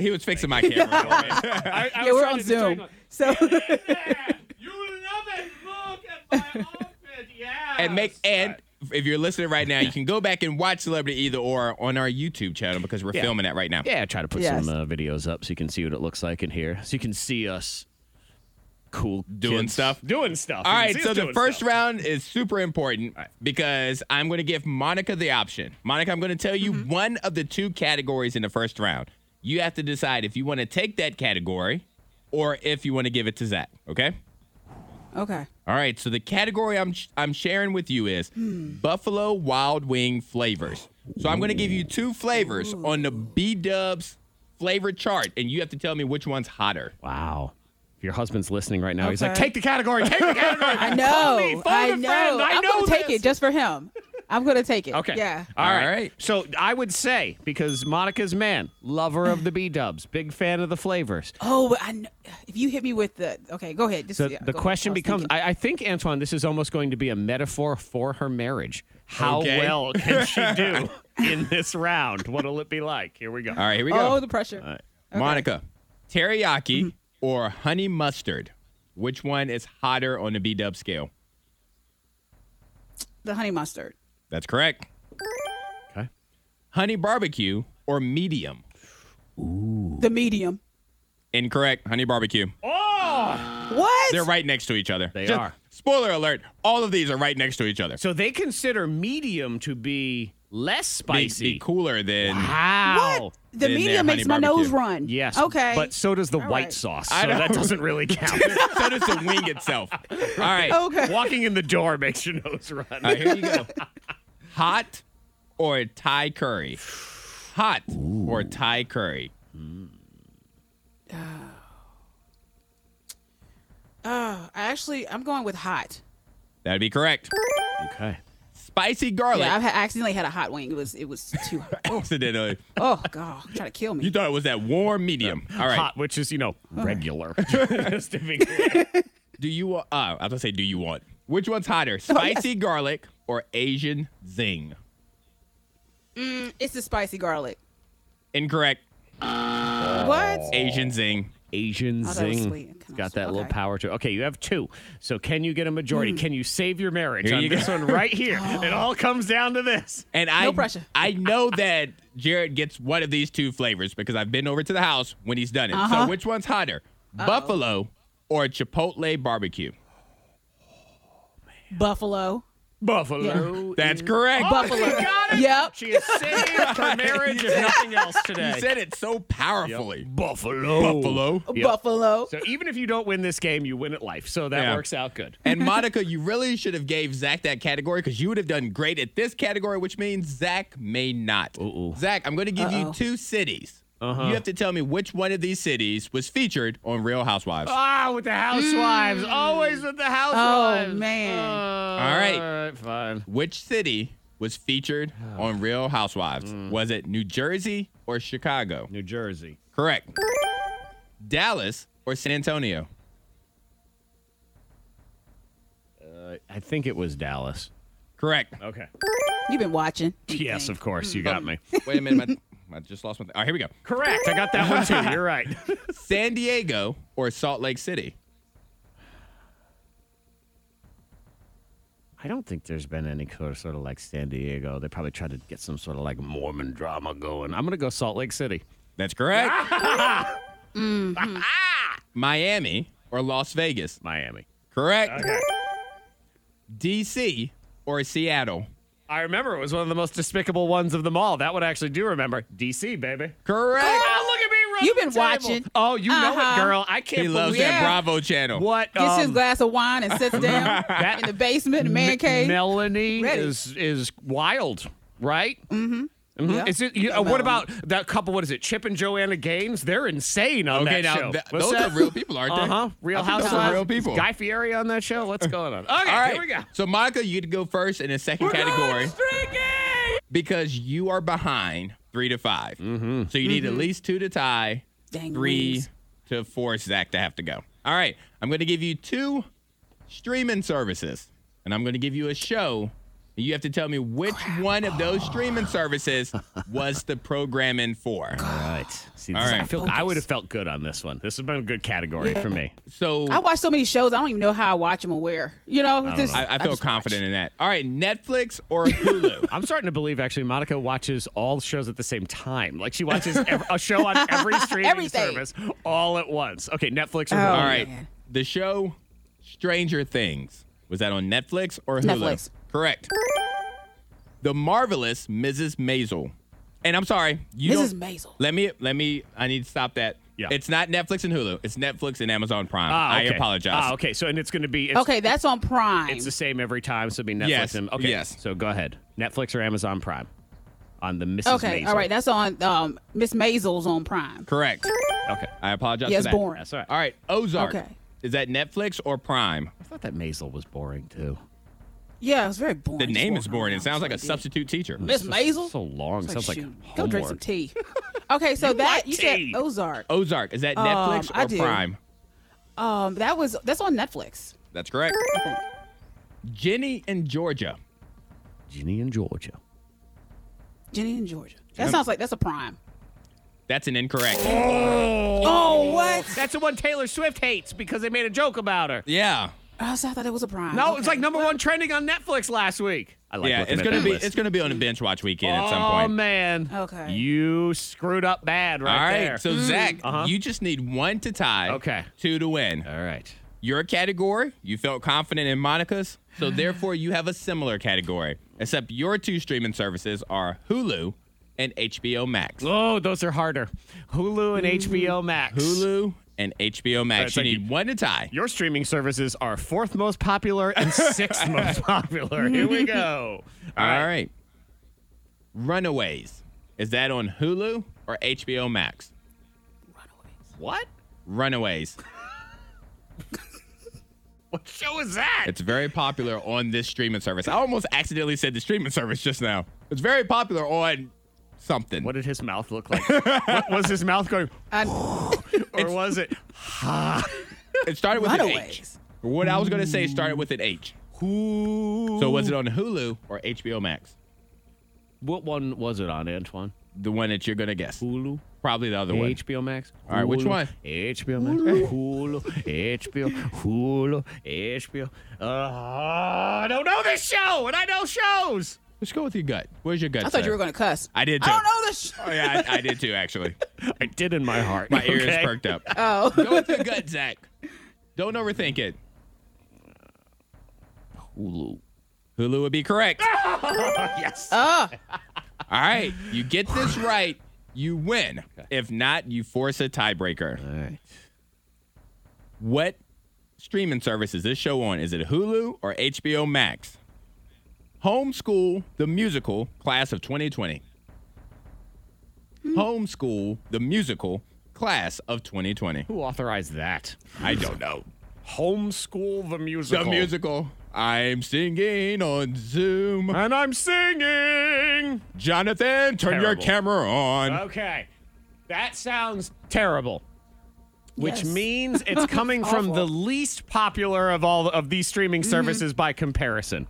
he was fixing my camera.
I, I was
yeah we're
trying
on
to distract
zoom
my-
so
You love it. Look at my outfit. Yeah.
and make and if you're listening right now, you can go back and watch Celebrity Either or on our YouTube channel because we're filming that right now.
Yeah, try to put
Yes.
some uh, videos up so you can see what it looks like in here. So you can see us cool
Doing
kids.
stuff.
Doing stuff.
All
You can
right,
see
so
us
the
doing
first
stuff.
round is super important because I'm going to give Monica the option. Monica, I'm going to tell you
Mm-hmm.
one of the two categories in the first round. You have to decide if you want to take that category or if you want to give it to Zach, okay?
Okay.
All right, so the category I'm I'm sharing with you is Buffalo Wild Wing flavors. So I'm going to give you two flavors on the B Dubs flavor chart, and you have to tell me which one's hotter.
Wow. If your husband's listening right now, he's
Okay.
like, take the category, take the category.
I know.
me, phone
I
a
know.
friend, I
am
know
gonna take
this.
it just for him. I'm gonna take it.
Okay. Uh,
Yeah.
All right.
All right.
So I would say because Monica's man, lover of the B Dubs, big fan of the flavors.
Oh, but I kn- if you hit me with the okay, go ahead. Just,
So
yeah,
the
go ahead.
question
I was
becomes:
thinking.
I, I think Antoine, this is almost going to be a metaphor for her marriage. How
Okay.
well can she do in this round? What'll it be like? Here we go.
All right, here we
oh,
go.
the pressure.
Monica, teriyaki or honey mustard? Which one is hotter on the B Dub scale?
The honey mustard.
That's correct.
Okay.
Honey barbecue or medium?
The medium.
Incorrect. Honey barbecue.
What?
They're right next to each other.
They are.
Spoiler alert: all of these are right next to each other.
So they consider medium to be less
Be-
spicy.
Be cooler than.
How?
What? The
Then
medium
they're
makes my
honey
nose
barbecue.
run.
Yes.
Okay.
But so does the
All
white
right.
sauce.
I
So
know.
that doesn't really count.
so does the wing itself. All right. All
okay.
Walking in the door makes your nose run.
right, here you go. Hot or Thai curry? Hot or Thai curry?
Oh, I actually, I'm going with hot.
That'd be correct.
Okay.
Spicy garlic.
Yeah, I've had, I accidentally had a hot wing. It was it was too hot.
Accidentally.
Oh god, try to kill me.
You thought it was that warm medium. All right.
Hot, which is, you know, regular. Just to be clear.
Do you want? Uh, I was gonna say, do you want? Which one's
Oh,
hotter, spicy garlic or Asian zing?
it's the spicy garlic.
Incorrect.
Oh.
what?
Asian zing.
Asian
Oh, that was
zing.
sweet.
It's got that
Okay. Hmm.
little power to it. Okay, you have two. So can you get a majority? Can you save your marriage
Here
on
you
this
go.
one right here? It all comes down to this.
And I,
pressure.
I know that Jared gets one of these two flavors because I've been over to the house when he's done it. So which one's hotter, buffalo or chipotle barbecue?
Buffalo.
Buffalo.
That's correct.
Buffalo.
Oh, Got it.
Yep.
She has saved her marriage if nothing else
You
today.
said it so powerfully.
Buffalo.
Buffalo.
Buffalo.
So even if you don't win this game, you win at life. So that
Yeah.
works out good.
And Monica, you really should have gave Zach that category because you would have done great at this category, which means Zach may not. Zach, I'm going to give you two cities. You have to tell me which one of these cities was featured on Real Housewives.
Ah, with the housewives. Always with the housewives.
Hmm. Oh, man.
All right.
All right, fine.
Which city was featured on Real Housewives? Was it New Jersey or Chicago?
New Jersey.
Correct. Dallas or San Antonio?
I think it was Dallas.
Correct.
Okay.
You've been watching.
Yes, of course. You
Hmm.
got me.
Wait a minute. My, I just lost my. All right, here we go.
Correct. I got that one too. You're right.
San Diego or Salt Lake City?
I don't think there's been any sort of, sort of like San Diego. They probably tried to get some sort of like Mormon drama going. I'm going to go Salt Lake City.
That's correct. Mm-hmm. Miami or Las Vegas?
Miami.
Correct. DC or Seattle?
I remember it was one of the most despicable ones of them all. That one I actually do remember. DC, baby.
Correct.
Oh, look at me running
You've been
the table.
watching.
Oh, you know it,
Uh-huh.
girl. I can't
He loves
believe
that
Yeah.
Bravo channel.
Oh, what
Gets his
um,
glass of wine and sits down
That-
in the basement, in the man cave.
Melanie
Ready.
is is wild, right? Mm-hmm.
Yeah.
Is it? You, uh, what about that couple? What is it? Chip and Joanna Gaines? They're insane on
Okay,
that
now
show.
th-
What's
those
that?
are real people, aren't they?
Uh huh. Real
I think those are
Housewives.
real people.
Is Guy Fieri on that show. What's going on? Okay,
All right.
here we go.
So, Monica, you get to go first in a 2nd category because you are behind three to 5 So you need at least two to tie,
Dang
three
wings.
to force Zach to have to go. All right. I'm going to give you two streaming services, and I'm going to give you a show. and You have to tell me which one of those streaming services was the programming for.
All right. See,
All
this- I
right.
feel I would have felt good on this one. This has been a good category for me.
So
I watch so many shows, I don't even know how I watch them or where. You know, just,
I, I feel
just
confident in that. All right, Netflix or Hulu?
I'm starting to believe actually Monica watches all shows at the same time. Like she watches ev- a show on every streaming
Everything.
service all at once. Okay, Netflix or
Oh.
Hulu?
All right.
man.
The show Stranger Things. Was that on Netflix or Hulu?
Netflix.
Correct. The marvelous Mrs. Maisel. And I'm sorry, you
Mrs.
don't-
Maisel.
Let me let me I need to stop that.
Yeah.
It's not Netflix and Hulu. It's Netflix and Amazon Prime.
Ah, okay.
I apologize.
Ah, okay. So and it's going to be it's,
Okay, that's on Prime.
It's the same every time. So it'd be Netflix
Yes,
and okay.
yes.
So go ahead, Netflix or Amazon Prime on the Mrs.
okay,
Maisel.
all right, that's on um, Miss Maisel's on Prime.
Correct.
Okay.
I apologize.
Yeah,
for
it's
that.
boring.
That's all right.
All right. Ozark.
Okay.
Is that Netflix or Prime?
I thought that Maisel was boring too.
Yeah, it's very boring.
The
Just
name
walking
is boring.
around.
It sounds like a
It's
substitute teacher.
Miss Maisel.
So long.
It's
Sounds like
shoot, go
homework.
drink some tea. Okay, so that you
tea?
said Ozark.
Ozark. Is that Netflix
Um, I do.
or Prime?
Um, that was that's on Netflix.
That's correct.
I think.
Jenny and Georgia.
Ginny in Georgia.
Jenny in Georgia. That sounds like that's a Prime.
That's an incorrect.
Oh what?
That's the one Taylor Swift hates because they made a joke about her.
Yeah.
Oh, so I thought it was a Prime.
No,
okay.
it's like number one trending on Netflix last week. I like
yeah.
looking
It's
at
gonna
that
be
list.
it's gonna be on a bench watch weekend at some
Oh
point.
man.
Okay.
You screwed up bad right
All right.
there.
So Zach,
Uh-huh.
you just need one to tie.
Okay.
Two to win.
All right.
your category, you felt confident in Monica's, so therefore you have a similar category. Except your two streaming services are Hulu and HBO Max.
Oh, those are harder. Hulu and HBO Max.
Hulu and HBO Max.
All
You
right, thank
need one to tie.
Your streaming services are fourth most popular and sixth most popular. Here we go.
All right. Runaways. Is that on Hulu or HBO Max?
What?
Runaways.
What show is that?
It's very popular on this streaming service. I almost accidentally said the streaming service just now. It's very popular on something.
What did his mouth look like? what, was his mouth going,
I-
or was it
It started with an H.
Runaways.
What I was going to say started with an H.
who?
So was it on Hulu or HBO Max?
What one was it on, Antoine?
The one that you're gonna guess.
Hulu?
Probably the other one.
HBO Max.
All right, which
Hulu,
one?
HBO Max. Hulu. HBO. Hulu. HBO. Uh, I don't know this show, and I know shows.
Let's go with your gut. Where's your gut?
I thought you
sir?
were gonna cuss.
I did
I don't
too.
know this.
Oh yeah, I, I did too. Actually,
I did in my heart.
my ears
okay?
perked up. Oh, go with your gut, Zach. Don't overthink it.
Hulu.
Hulu would be correct.
Yes.
All right, you get this right, you win. If not, you force a tiebreaker.
All right.
What streaming service is this show on? Is it Hulu or HBO Max? Homeschool the Musical Class of 2020. Homeschool the Musical Class of 2020.
Who authorized that?
I don't know.
Homeschool the
The
musical.
musical. I'm singing on Zoom.
And I'm singing.
Jonathan, turn your
Terrible.
camera on.
Okay. That sounds terrible. Which
Yes.
means it's coming from the least popular of all of these streaming services by comparison.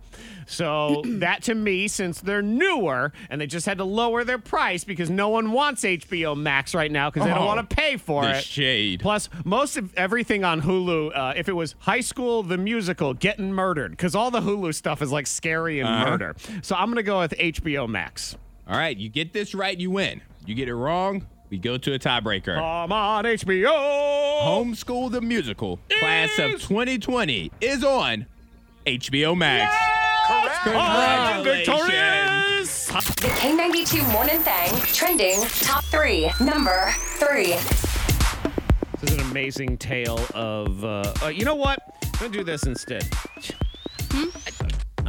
So that to me, since they're newer and they just had to lower their price because no one wants HBO Max right now because they don't
Oh,
want to pay for
the
it.
shade.
Plus, most of everything on Hulu, uh, if it was High School the Musical, getting murdered because all the Hulu stuff is like scary and murder. So I'm gonna go with HBO Max.
All right, you get this right, you win. You get it wrong, we go to a tiebreaker.
I'm on HBO.
Homeschool the Musical Class of 2020 is on HBO Max.
Hi,
Congratulations.
Victorious.
The K92 Morning Thang trending top three. Number three.
This is an amazing tale of. Uh, uh, you know what? I'm gonna do this instead.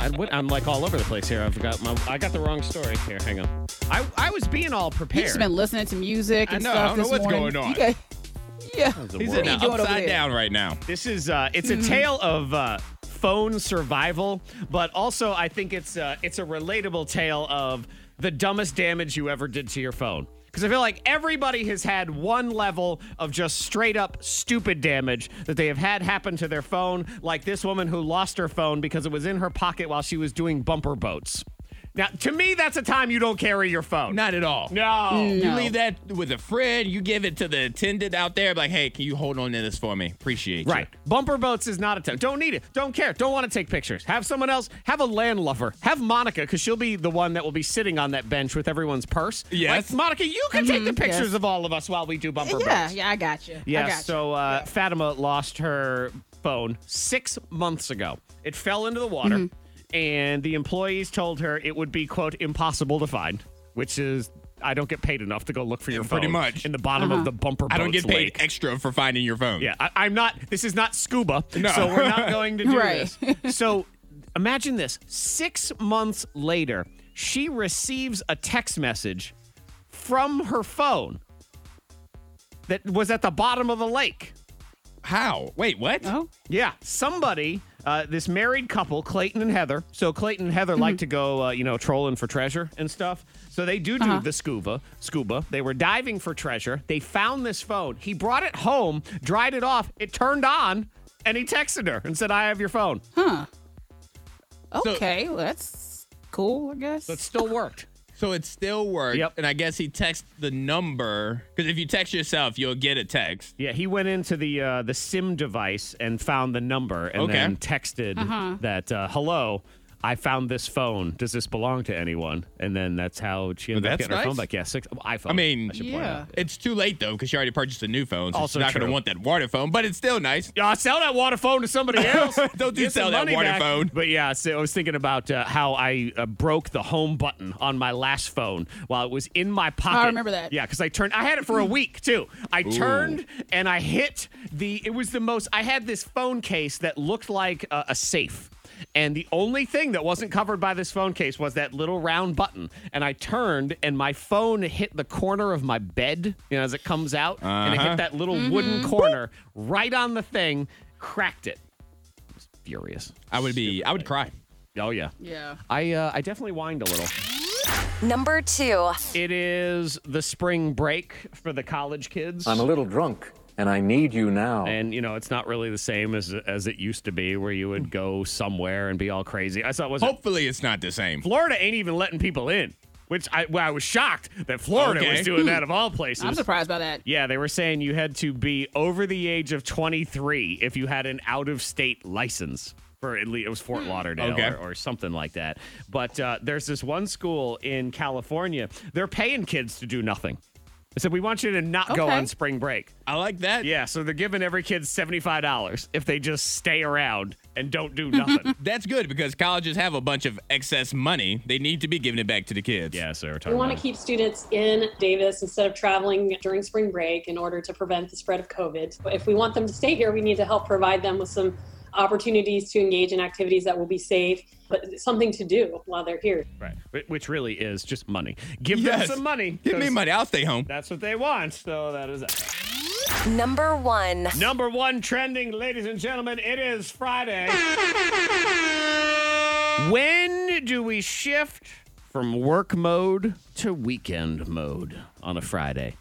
I, am like all over the place here. I've got my. I got the wrong story here. Hang on. I I was being all
You've
prepared.
just been listening to music
I
and
know, I
stuff
don't know
this
what's
morning.
going on.
You got- yeah.
The
He's
world.
in the
What are you doing over
upside
there?
down right now.
This is uh, it's a tale of uh, phone survival, but also I think it's uh, it's a relatable tale of the dumbest damage you ever did to your phone. Because I feel like everybody has had one level of just straight up stupid damage that they have had happen to their phone, like this woman who lost her phone because it was in her pocket while she was doing bumper boats. Now, to me, that's a time you don't carry your phone.
Not at all.
no.
You leave that with a friend. You give it to the attendant out there. Like, hey, can you hold on to this for me? Appreciate you.
Right. Bumper boats is not a tip. Don't need it. Don't care. Don't want to take pictures. Have someone else. Have a landlubber. Have Monica, because she'll be the one that will be sitting on that bench with everyone's purse.
Yes.
Like, Monica, you can take the pictures
Mm-hmm. yes.
of all of us while we do bumper
Yeah,
boats.
yeah, I got you.
Yeah,
I got you.
so uh, Fatima lost her phone six months ago. It fell into the water,
Mm-hmm.
and the employees told her it would be, quote, impossible to find, which is I don't get paid enough to go look for your phone.
Pretty much.
in the bottom
Uh-huh.
of the bumper.
I don't
boats
get paid
lake.
extra for finding your phone.
Yeah, I, I'm not. This is not scuba,
No.
so we're not going to do
Right.
this. So imagine this: six months later, she receives a text message from her phone that was at the bottom of the lake.
How? Wait, what?
Oh,
Yeah, somebody, uh, this married couple, Clayton and Heather. So Clayton and Heather like to go, uh, you know, trolling for treasure and stuff. So they do do the scuba. Scuba. They were diving for treasure. They found this phone. He brought it home, dried it off. It turned on, and he texted her and said, "I have your phone."
okay. well, that's cool, I guess.
It still worked.
So it still worked.
Yep.
And I guess he texted the number because if you text yourself, you'll get a text.
Yeah, he went into the uh, the SIM device and found the number, and
Okay.
then texted that, uh, "Hello." I found this phone. Does this belong to anyone? And then that's how she ended up
that's
getting her phone
nice.
back. Yeah, six iPhone.
I mean,
should point out.
it's too late though because she already purchased a new phone. So
Also
she's not going
true.
to want that water phone, but it's still nice.
Yeah, sell that water phone to somebody else.
Don't you
Get some
sell that
money
water
back.
phone.
But yeah, so I was thinking about uh, how I uh, broke the home button on my last phone while it was in my pocket.
Oh, remember that.
Yeah, because I turned. I had it for a week too. I turned and I hit the. It was the most. I had this phone case that looked like a, a safe. And the only thing that wasn't covered by this phone case was that little round button. And I turned, and my phone hit the corner of my bed, you know, as it comes out, and it hit that little wooden
Mm-hmm.
corner right on the thing, cracked it. I was furious.
I would be, I would cry.
Oh yeah.
yeah.
I uh, I definitely whined a little.
Number two.
It is the spring break for the college kids.
I'm a little drunk, and I need you now.
and you know it's not really the same as as it used to be, where you would go somewhere and be all crazy. I thought was it-
Hopefully it's not the same.
Florida ain't even letting people in, which I well, I was shocked that Florida
Okay.
was doing that of all places.
I'm surprised by that.
Yeah, they were saying you had to be over the age of 23 if you had an out of state license. For at least it was Fort Lauderdale
Hmm. Okay.
or, or something like that. But uh, there's this one school in California. They're paying kids to do nothing. They said, we want you to not go
Okay.
on spring break.
I like that.
Yeah, so they're giving every kid $75 if they just stay around and don't do nothing.
That's good because colleges have a bunch of excess money. They need to be giving it back to the kids.
yeah, so we're
We
talking
want
about-
to keep students in Davis instead of traveling during spring break in order to prevent the spread of COVID. But if we want them to stay here, we need to help provide them with some opportunities to engage in activities that will be safe, but something to do while they're here.
right, wh- which really is just money. Give
Yes.
them some money.
Give me
'cause
money. I'll stay home.
That's what they want. So that is it.
Number one.
Number one trending, ladies and gentlemen, it is Friday. when do we shift from work mode to weekend mode on a Friday?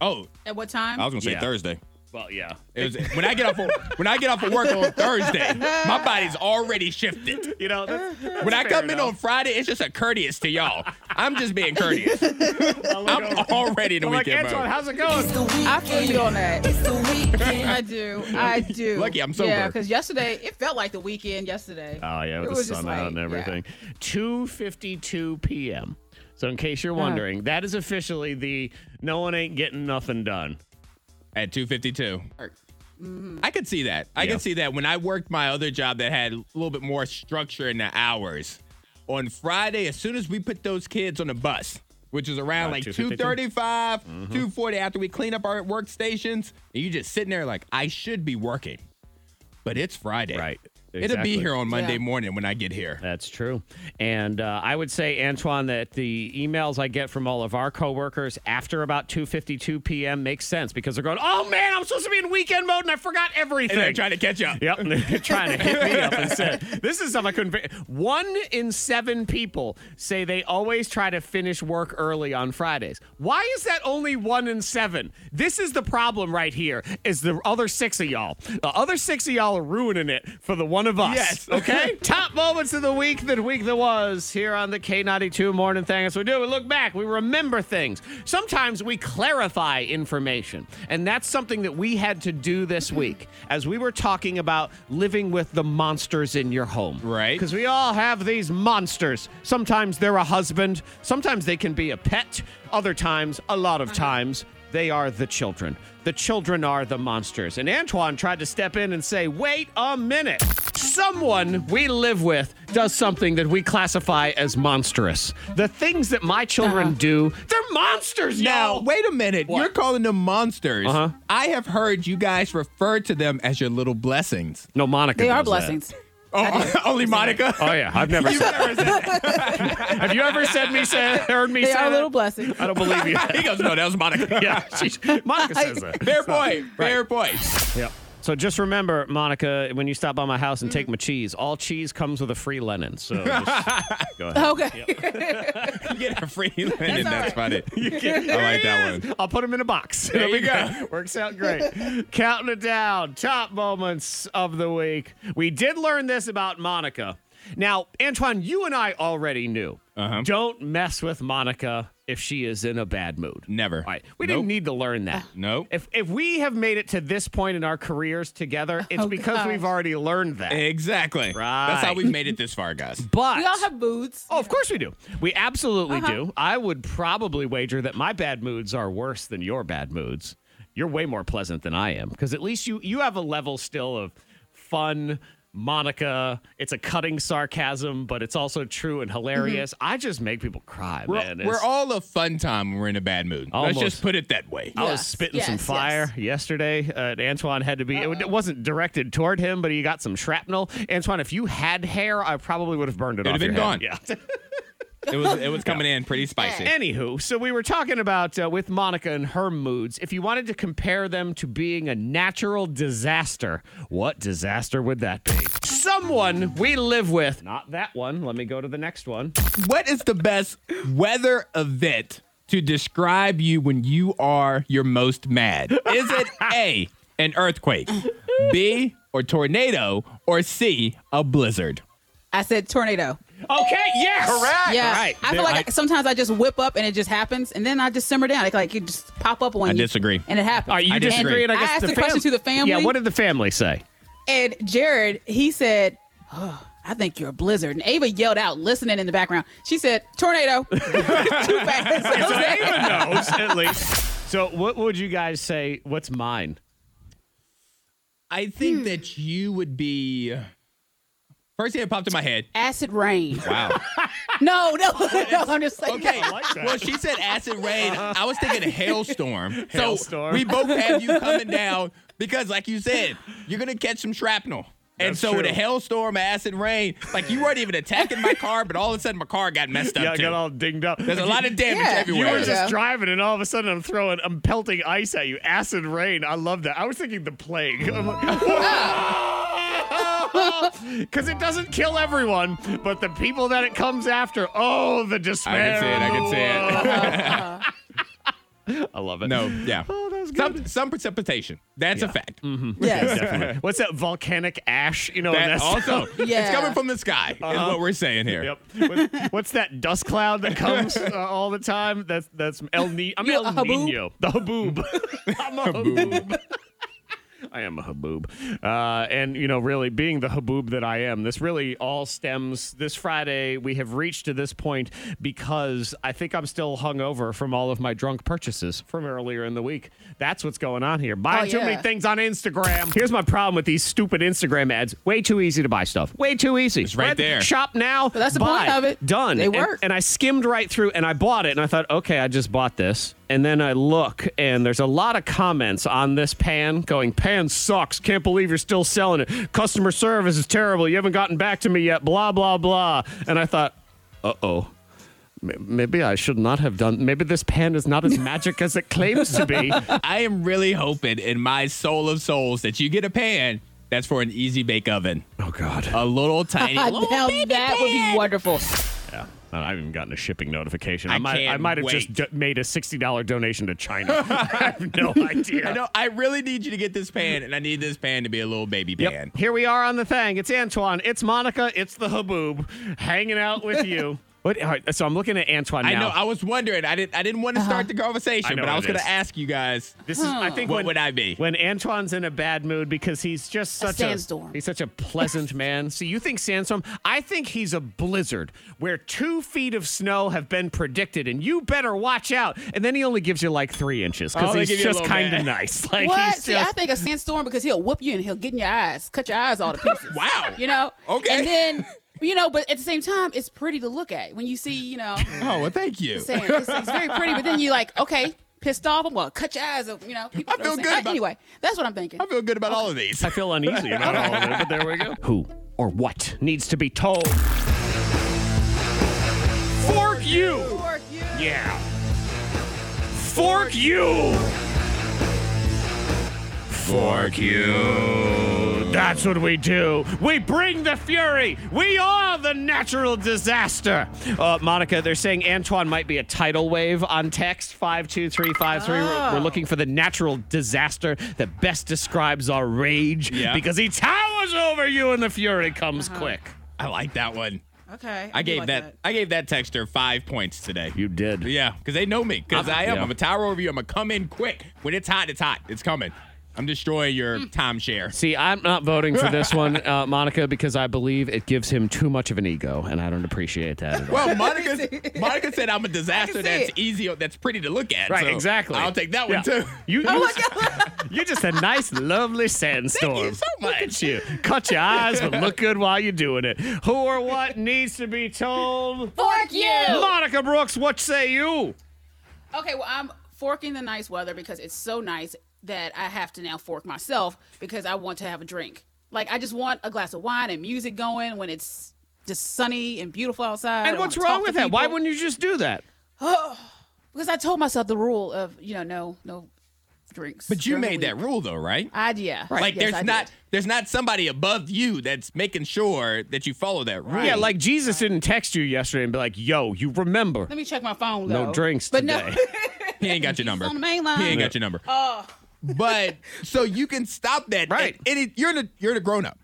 Oh,
At what time?
I was going to say
Yeah.
Thursday.
Well, yeah.
It was, when I get off of, when I get off of work on Thursday, my body's already shifted.
You know, that's,
Uh-huh.
When I
fair
come in
enough.
on Friday, it's just a courteous to y'all. I'm just being courteous. I'm already in the
I'm like,
weekend
Antoine,
mode.
how's it going?
I feel you on that. It's the weekend. I do. I do.
Lucky I'm sober.
Yeah, because yesterday it felt like the weekend. Yesterday.
Oh, yeah,
It
with the
was just
sun
like,
out and
yeah.
everything. 2.52 p.m. So in case
Uh-huh.
you're wondering, that is officially the no one ain't getting nothing done.
At 2:52. I could see that. I
Yeah.
could see that when I worked my other job that had a little bit more structure in the hours. On Friday, as soon as we put those kids on the bus, which is around
About
like
2:52.
235,
Mm-hmm.
240 after we clean up our workstations, and you just sitting there like, I should be working. But it's Friday.
Right.
It'll
Exactly.
be here on Monday
Yeah.
morning when I get here.
That's true. And uh, I would say, Antoine, that the emails I get from all of our coworkers after about 2.52 p.m. makes sense because they're going, oh, man, I'm supposed to be in weekend mode and I forgot everything.
And they're trying to catch up.
Yep, and they're trying to hit me up and said, this is something I couldn't. fi-" One in seven people say they always try to finish work early on Fridays. Why is that only one in seven? This is the problem right here. Is the other six of y'all? The other six of y'all are ruining it for the one of us.
Yes.
Okay. Top moments of the week that week that was here on the K92 Morning Thing. That's what we do. We look back. We remember things. Sometimes we clarify information, and that's something that we had to do this week as we were talking about living with the monsters in your home.
Right.
Because we all have these monsters. Sometimes they're a husband. Sometimes they can be a pet. Other times, a lot
Uh-huh.
of times. They are the children. The children are the monsters. And Antoine tried to step in and say, wait a minute. someone we live with does something that we classify as monstrous. The things that my children
Uh-huh.
do, they're monsters,
Now,
y'all.
wait a minute.
What?
You're calling them monsters.
Uh-huh.
I have heard you guys refer to them as your little blessings.
No, Monica.
They
does
are
that.
blessings.
Oh, only Monica.
Oh yeah, I've never. said Have you ever said me said heard me
They
say
are
that?
little blessings.
I don't believe you.
he goes, no, that was Monica.
yeah, she's- Monica says that.
Fair point. Fair point.
Yeah. So just remember, Monica, when you stop by my house and take my cheese, all cheese comes with a free Lennon. So just go ahead.
Okay.
You get a free lemon.
all
That's funny. I like that one.
I'll put them in a box.
There you go.
Works out great. Counting it down. Top moments of the week. We did learn this about Monica. Now, Antoine, you and I already knew.
Uh-huh.
Don't mess with Monica if she is in a bad mood.
Never.
All right. We
Nope. Uh-huh.
didn't need to learn that.
Nope.
If if we have made it to this point in our careers together, it's
Oh,
because
gosh.
we've already learned that.
Exactly. That's how
Right.
we've made it this far, guys.
but
We all have moods.
Oh, of course we do. We absolutely
Uh-huh.
do. I would probably wager that my bad moods are worse than your bad moods. You're way more pleasant than I am because at least you you have a level still of fun, Monica. It's a cutting sarcasm, but it's also true and hilarious. I just make people cry,
Mm-hmm. We're,
man.
we're
It's-
all a fun time when we're in a bad mood.
Almost.
Let's just put it that way.
I was
Yes,
spitting some
yes, yes.
fire yesterday. Uh, and Antoine had to be. It, it wasn't directed toward him, but he got some shrapnel. Antoine, if you had hair, I probably would have burned it,
It'd
off.
have
your
been
head. Yeah.
It was it was coming in pretty spicy.
Anywho, so we were talking about uh, with Monica and her moods. If you wanted to compare them to being a natural disaster, what disaster would that be? Someone we live with. Not that one. Let me go to the next one.
What is the best weather event to describe you when you are your most mad? Is it A, an earthquake, B, or tornado, or C, a blizzard?
I said tornado.
Okay, yes. Correct.
Yeah.
Right.
I feel like sometimes I just whip up and it just happens, and then I just simmer down. Like, like it just pop up on
I
you.
disagree.
And it happens.
All right, you
I disagree.
disagree. And I,
I
guess
asked
the
the question to the family.
Yeah, what did the family say?
And Jared, he said, oh, I think you're a blizzard. And Ava yelled out, listening in the background. She said, tornado. Too fast. I was like,
knows, Oh, at least. So, what would you guys say? What's mine?
I think that you would be. First thing that popped in my head.
Acid rain.
Wow.
No, no, no. I'm just like,
Okay.
that. Uh-huh.
well, she said acid rain. I was thinking hailstorm. So
Hailstorm.
we both have you coming down because, like you said, you're gonna catch some shrapnel. And
That's
so with a
true.
hailstorm, acid rain, like you weren't even attacking my car, but all of a sudden my car got messed up
yeah, I
too.
got all dinged up.
There's a lot of damage
Yeah.
You
everywhere.
were
Yeah.
just driving, and all of a sudden, I'm throwing, I'm pelting ice at you. Acid rain. I love that. I was thinking the plague. I'm like, because it doesn't kill everyone, but the people that it comes after. Oh, the
I
despair.
can see it. I can see it.
it. I love it.
no, yeah.
Oh, that was good.
Some, some precipitation. That's a fact.
Mm-hmm.
yes.
Definitely. What's that volcanic ash? You know, and
That
Oh, that's Uh-huh.
also,
Yeah.
it's coming from the sky. Is what we're saying here.
Yep. What- What's that dust cloud that comes uh, all the time? That's that's El Nino. I'm
You
El
a haboob?
Nino. The haboob. I'm a haboob. I am a haboob. Uh, and, you know, really being the haboob that I am, this really all stems this Friday. We have reached to this point because I think I'm still hungover from all of my drunk purchases from earlier in the week. That's what's going on here. Buying
Oh,
too many
yeah.
things on Instagram. Here's my problem with these stupid Instagram ads. Way too easy to buy stuff. Way too easy. It's
right there.
Shop now.
But that's the point
buy.
of it.
Done.
They
And-
work.
And, I skimmed right through and I bought it and I thought, okay, I just bought this. And then I look and there's a lot of comments on this pan going, pan sucks. Can't believe you're still selling it. Customer service is terrible. You haven't gotten back to me yet. Blah, blah, blah. And I thought, uh oh. Maybe I should not have done. Maybe this pan is not as magic as it claims to be.
I am really hoping in my soul of souls that you get a pan that's for an easy bake oven.
Oh God!
A little tiny
Now
little baby
that would be
pan.
wonderful.
yeah, I haven't even gotten a shipping notification. I,
I
might, I
can't
might have
wait.
just d- made a sixty dollar donation to China. I have no idea.
I know I really need you to get this pan and I need this pan to be a little baby
Yep.
pan.
Here we are on the thing. It's Antoine. It's Monica. It's the Haboob hanging out with you. What? All right, so I'm looking at Antoine now. Uh-huh.
I know. I was wondering. I didn't. I didn't want to start the conversation,
I know
but I
what
was
it
going to
is.
ask you guys.
This is, I think,
What
when,
would I be?
when Antoine's in a bad mood because he's just such
sandstorm.
He's such a pleasant man. So you think sandstorm? I think he's a blizzard where two feet of snow have been predicted, and you better watch out. And then he only gives you like three inches
Oh,
because
they
he's
give you a
just
little
kind of
bit.
nice. Like
What?
he's
See, I
just.
think a sandstorm because he'll whoop you and he'll get in your eyes, cut your eyes all to pieces.
Wow.
You know?
Okay.
And then, you know, but at the same time, it's pretty to look at when you see, you know,
Oh well, thank you.
saying it's, it's very pretty, but then you like, okay, pissed off, I'm gonna cut your eyes up, you know. People
I feel
don't say-
good
Uh,
about-
anyway, that's what I'm thinking.
I feel good about all of these.
I feel uneasy about all of it, but there we go. Who or what needs to be told? Fork you.
Fork you.
Yeah. Fork you. Fork you. That's what we do. We bring the fury. We are the natural disaster. Uh, Monica, they're saying Antoine might be a tidal wave on text 52353.
Oh.
We're, we're looking for the natural disaster that best describes our rage
Yeah. Uh-huh.
because he towers over you and the fury comes quick.
I like that one.
Okay.
I
do
gave
like
that, I gave that texter five points today.
You did.
Yeah, because they know me. Because
I'm-
I am.
yeah.
I'm a tower over you. I'm gonna come in quick. When it's hot, it's hot. It's coming. I'm destroying your
Hmm.
timeshare.
See, I'm not voting for this one, uh, Monica, because I believe it gives him too much of an ego, and I don't appreciate that at all.
Well, Monica, Monica said I'm a disaster.
see
That's
it.
easy. That's pretty to look at.
right,
so
exactly.
I'll take that one
Yeah.
too.
You,
Oh,
you, you're just a nice, lovely sandstorm.
Thank you so
Look at you. Cut your eyes, but look good while you're doing it. Who or what needs to be told?
Fork you.
Monica Brooks, what say you?
Okay, well I'm forking the nice weather because it's so nice that I have to now fork myself because I want to have a drink. Like I just want a glass of wine and music going when it's just sunny and beautiful outside.
And
I
what's
wanna talk
wrong
to
with that? Why
people.
wouldn't you just do that?
Because I told myself the rule of you know no no drinks.
But you
during the
made that
week.
rule though, right?
I yeah.
Like
Yes,
there's
I did.
not there's not somebody above you that's making sure that you follow that rule.
Yeah, like Jesus didn't text you yesterday and be like, yo, you remember.
Let me check my phone.
No
though.
drinks
But
today.
no.
he ain't got your number.
on the main line.
He ain't got your number. Oh. But so you can stop that.
Right.
And, and it, you're the you're the grown up.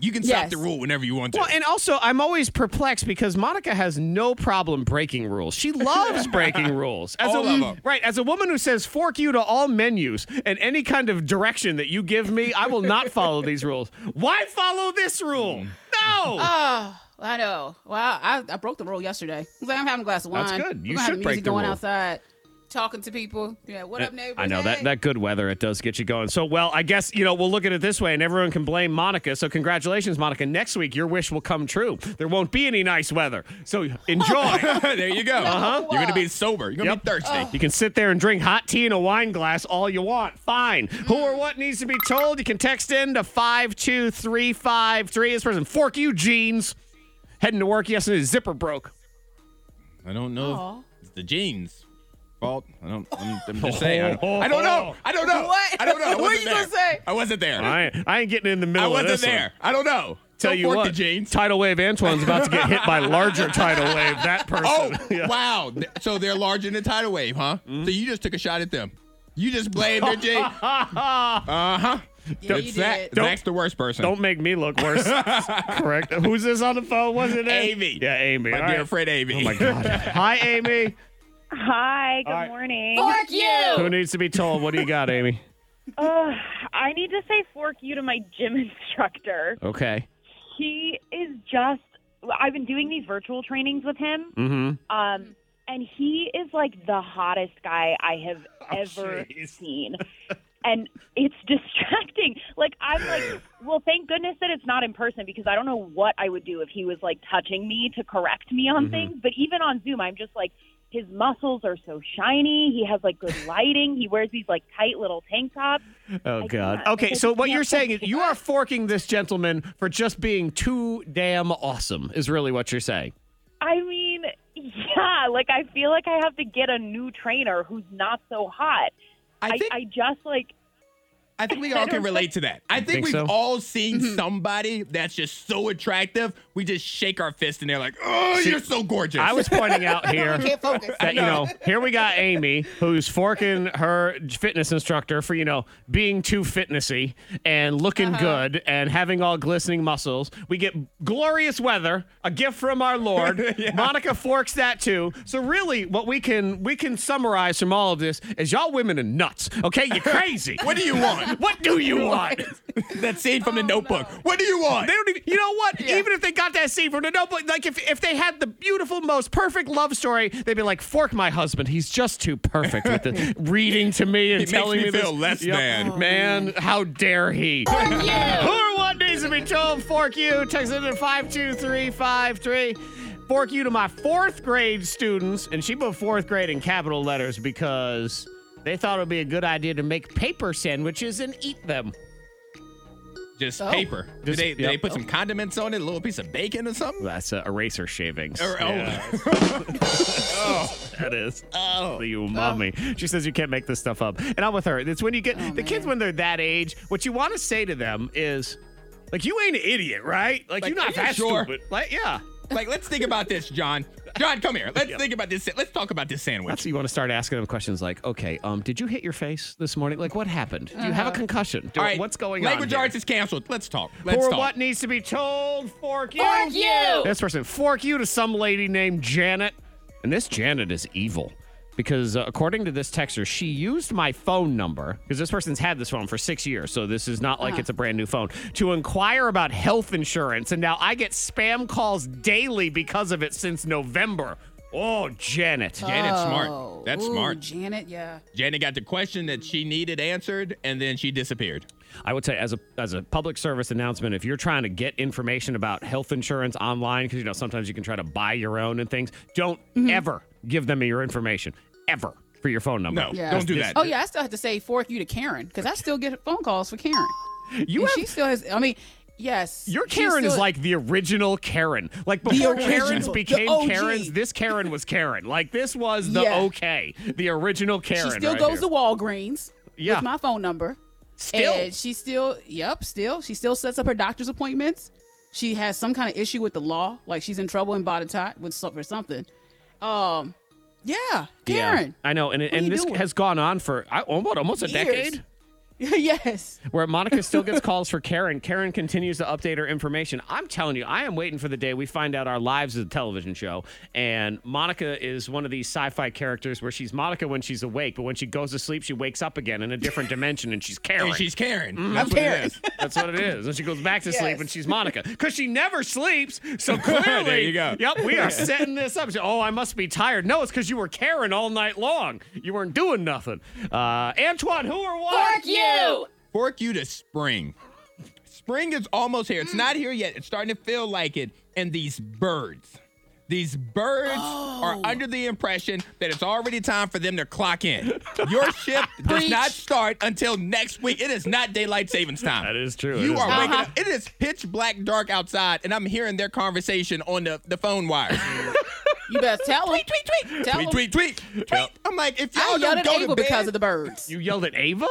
You can stop
Yes.
the rule whenever you want to.
Well, and also, I'm always perplexed because Monica has no problem breaking rules. She loves breaking rules. As
All
a,
of 'em.
Right. As a woman who says fork you to all menus and any kind of direction that you give me, I will not follow these rules. Why follow this rule? No.
I know. Well, I, I broke the rule yesterday. I was like, I'm having a glass of wine.
That's good.
We're
You
gonna have
should
music
break the
going
rule.
outside, talking to people. Yeah, what up, neighbors?
I know that
Hey.
that good weather it does get you going. So well, I guess you know we'll look at it this way, and everyone can blame Monica. So congratulations, Monica. Next week your wish will come true. There won't be any nice weather. So enjoy.
there you go. Uh-huh. You're gonna be sober. You're gonna
Yep.
be
Oh.
thirsty.
Oh. You can sit there and drink hot tea in a wine glass all you want. Fine. Who or what needs to be told? You can text in to 52353. This person, fork you jeans. Heading to work yesterday, his zipper broke.
I don't know. if
Aw.
It's the jeans. Fault. I don't. I'm, I'm just saying. I don't, I don't know. I don't know.
What?
I don't know. I
What
wasn't
you
there.
gonna say?
I wasn't there.
I, I ain't getting in the middle
I
of
wasn't
this one.
there. I don't know.
Tell
Don't
you
fork
what,
the jeans.
tidal wave Antoine's about to get hit by larger tidal wave. That person.
Oh
Yeah. Mm-hmm.
wow! Th- So they're larger than the tidal wave, huh? So you just took a shot at them. You just blamed their jeans. uh
Uh-huh.
huh.
Yeah, you
Zach,
did.
Zach's the worst person.
Don't make me look worse. Correct. Who's this on the phone? Was it
Amy.
Yeah, Amy.
My
All
dear
right.
friend Amy. Oh my
God. Hi, Amy.
Hi, good
All right.
morning.
Fork you.
Who needs to be told? What do you got, Amy?
Ugh, I need to say fork you to my gym instructor.
Okay.
He is just, I've been doing these virtual trainings with him,
Mm-hmm.
um, and he is like the hottest guy I have ever
jeez.
seen. And it's distracting. Like, I'm like, well, thank goodness that it's not in person because I don't know what I would do if he was like touching me to correct me on things. But even on Zoom, I'm just like, his muscles are so shiny. He has like good lighting. He wears these like tight little tank tops.
Oh God.
cannot.
Okay,
I
so what you're
can't
saying is
take
you
it.
are forking this gentleman for just being too damn awesome is really what you're saying.
I mean, yeah, like I feel like I have to get a new trainer who's not so hot.
I
I,
think
I, just like
I think we all can relate to that. I think,
Think
we've
so?
Mm-hmm.
all seen somebody that's just so attractive we just shake our fist and they're like, oh,
See,
you're so gorgeous.
I was pointing out here
can't focus.
that, you know, here we got Amy who's forking her fitness instructor for, you know, being too fitnessy and looking
Uh-huh.
good and having all glistening muscles. We get glorious weather, a gift from our Lord. Monica forks that too. So really what we can we can summarize from all of this is y'all women are nuts. Okay? You're crazy.
what do you want?
what do you want?
that scene
Oh,
from the notebook. What do you want?
They don't even. You know what? Even if they got that scene from the notebook, like if if they had the beautiful, most perfect love story, they'd be like, "Fork my husband. He's just too perfect with the reading to me and
makes
telling
me feel
this.
less than. Oh,
Man, how dare he? Who or what needs to be told? Fork you. Text it in five two three five three. Fork you to my fourth grade students, and she put fourth grade in capital letters because they thought it would be a good idea to make paper sandwiches and eat them.
Just
Oh.
paper.
Just-
did they, did
yep.
they put some condiments on it, a little piece of bacon or something?
That's uh, eraser shavings.
Or- oh.
Yeah. That is.
Uh,
Oh. The umami. She says you can't make this stuff up. And I'm with her. It's when you
Oh,
get the kids when they're that age, what you want to say to them is, like, you ain't an idiot, right? Like,
Like,
you're not
are you
that
sure?
stupid. Like, yeah.
Like, let's think about this, John. John, come here. Let's think about this. sa- Let's talk about this
That's
sandwich.
what you want to start asking them questions like, okay, um, did you hit your face this morning? Like, what happened? Do you have a concussion? Do,
Uh-huh. All right,
What's going on?
Language
here?
arts is canceled. Let's talk. Let's
For
talk.
what needs to be told, fork you. Fork you. This person, fork you to some lady named Janet. And this Janet is evil because, uh, according to this texter, she used my phone number because this person's had this phone for six years. So this is not like it's a brand new phone to inquire about health insurance. And now I get spam calls daily because of it since November. Oh, Janet.
Janet's
Oh,
smart. That's
ooh,
smart.
Janet, yeah.
Janet got the question that she needed answered, and then she disappeared.
I would say as a as a public service announcement, if you're trying to get information about health insurance online, because you know sometimes you can try to buy your own and things, don't
Mm-hmm.
ever give them your information ever for your phone number.
No,
Yeah.
don't do that.
Oh yeah, I still have to say fork you to Karen because I still get phone calls for Karen.
you have.
and she still has. I mean, yes.
your
she
Karen is
still-
like the original Karen. Like before
original,
Karens
the
became
OG.
Karens, this Karen was Karen. Like this was the
Yeah.
okay, the original Karen.
She still
right here.
goes to Walgreens
Yeah.
with my phone number.
Still?
And she still, yep, still. She still sets up her doctor's appointments. She has some kind of issue with the law, like she's in trouble in Botetourt with so- for something. Um, yeah, Karen.
I know, and,
you
and this
doing?
has gone on for I, almost almost a
Years.
decade.
yes.
where Monica still gets calls for Karen. Karen continues to update her information. I'm telling you, I am waiting for the day we find out our lives is a television show. And Monica is one of these sci fi characters where she's Monica when she's awake, but when she goes to sleep, she wakes up again in a different dimension and she's Karen.
And she's Mm-hmm. Karen. That's what
Karen.
it is.
That's what it is. And she goes back to sleep
Yes.
and she's Monica because she never sleeps. So
There
clearly,
you go.
yep, we are setting this up. She- oh, I must be tired. No, it's because you were Karen all night long. You weren't doing nothing. Uh, Antoine, who or what?
you.
Fork you to spring. Spring is almost here. It's not here yet. It's starting to feel like it. And these birds, these birds are under the impression that it's already time for them to clock in. Your shift does not start until next week. It is not daylight savings time.
That is true.
You
It is
are
not.
waking up. It is pitch black dark outside, and I'm hearing their conversation on the, the phone wires.
You better tell her. tweet, tweet, tweet. Tell
tweet,
her.
tweet, tweet, tweet. I'm like, if y'all
I yelled
don't
at
go
Ava
to bed,
because of the birds.
You yelled at Ava?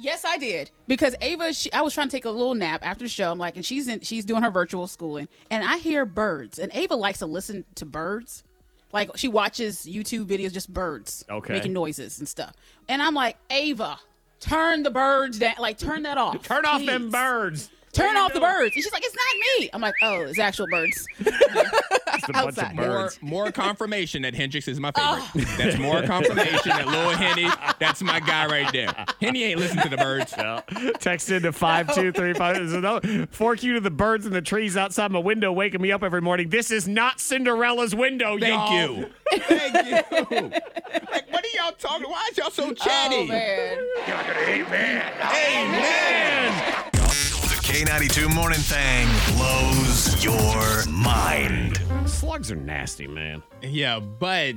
Yes, I did because Ava. She, I was trying to take a little nap after the show. I'm like, and she's in, she's doing her virtual schooling, and I hear birds, and Ava likes to listen to birds, like she watches YouTube videos just birds,
Okay.
making noises and stuff. And I'm like, Ava, turn the birds down, like turn that off,
Turn off them
please.
birds.
turn off the birds. And she's like, it's not me. I'm like, oh, it's actual birds.
Just a
Outside.
More, more confirmation that Hendrix is my favorite. That's more confirmation that Lil Henny, that's my guy right there. Henny ain't listening to the birds.
No. Text into 5235. There's another- Fork you to the birds in the trees outside my window waking me up every morning. This is not Cinderella's window,
Thank
y'all.
you. Thank you. Like, what are y'all talking? Why is y'all so chatty?
Oh man.
Amen.
The K92 Morning Thing blows your mind.
Slugs are nasty, man.
Yeah, but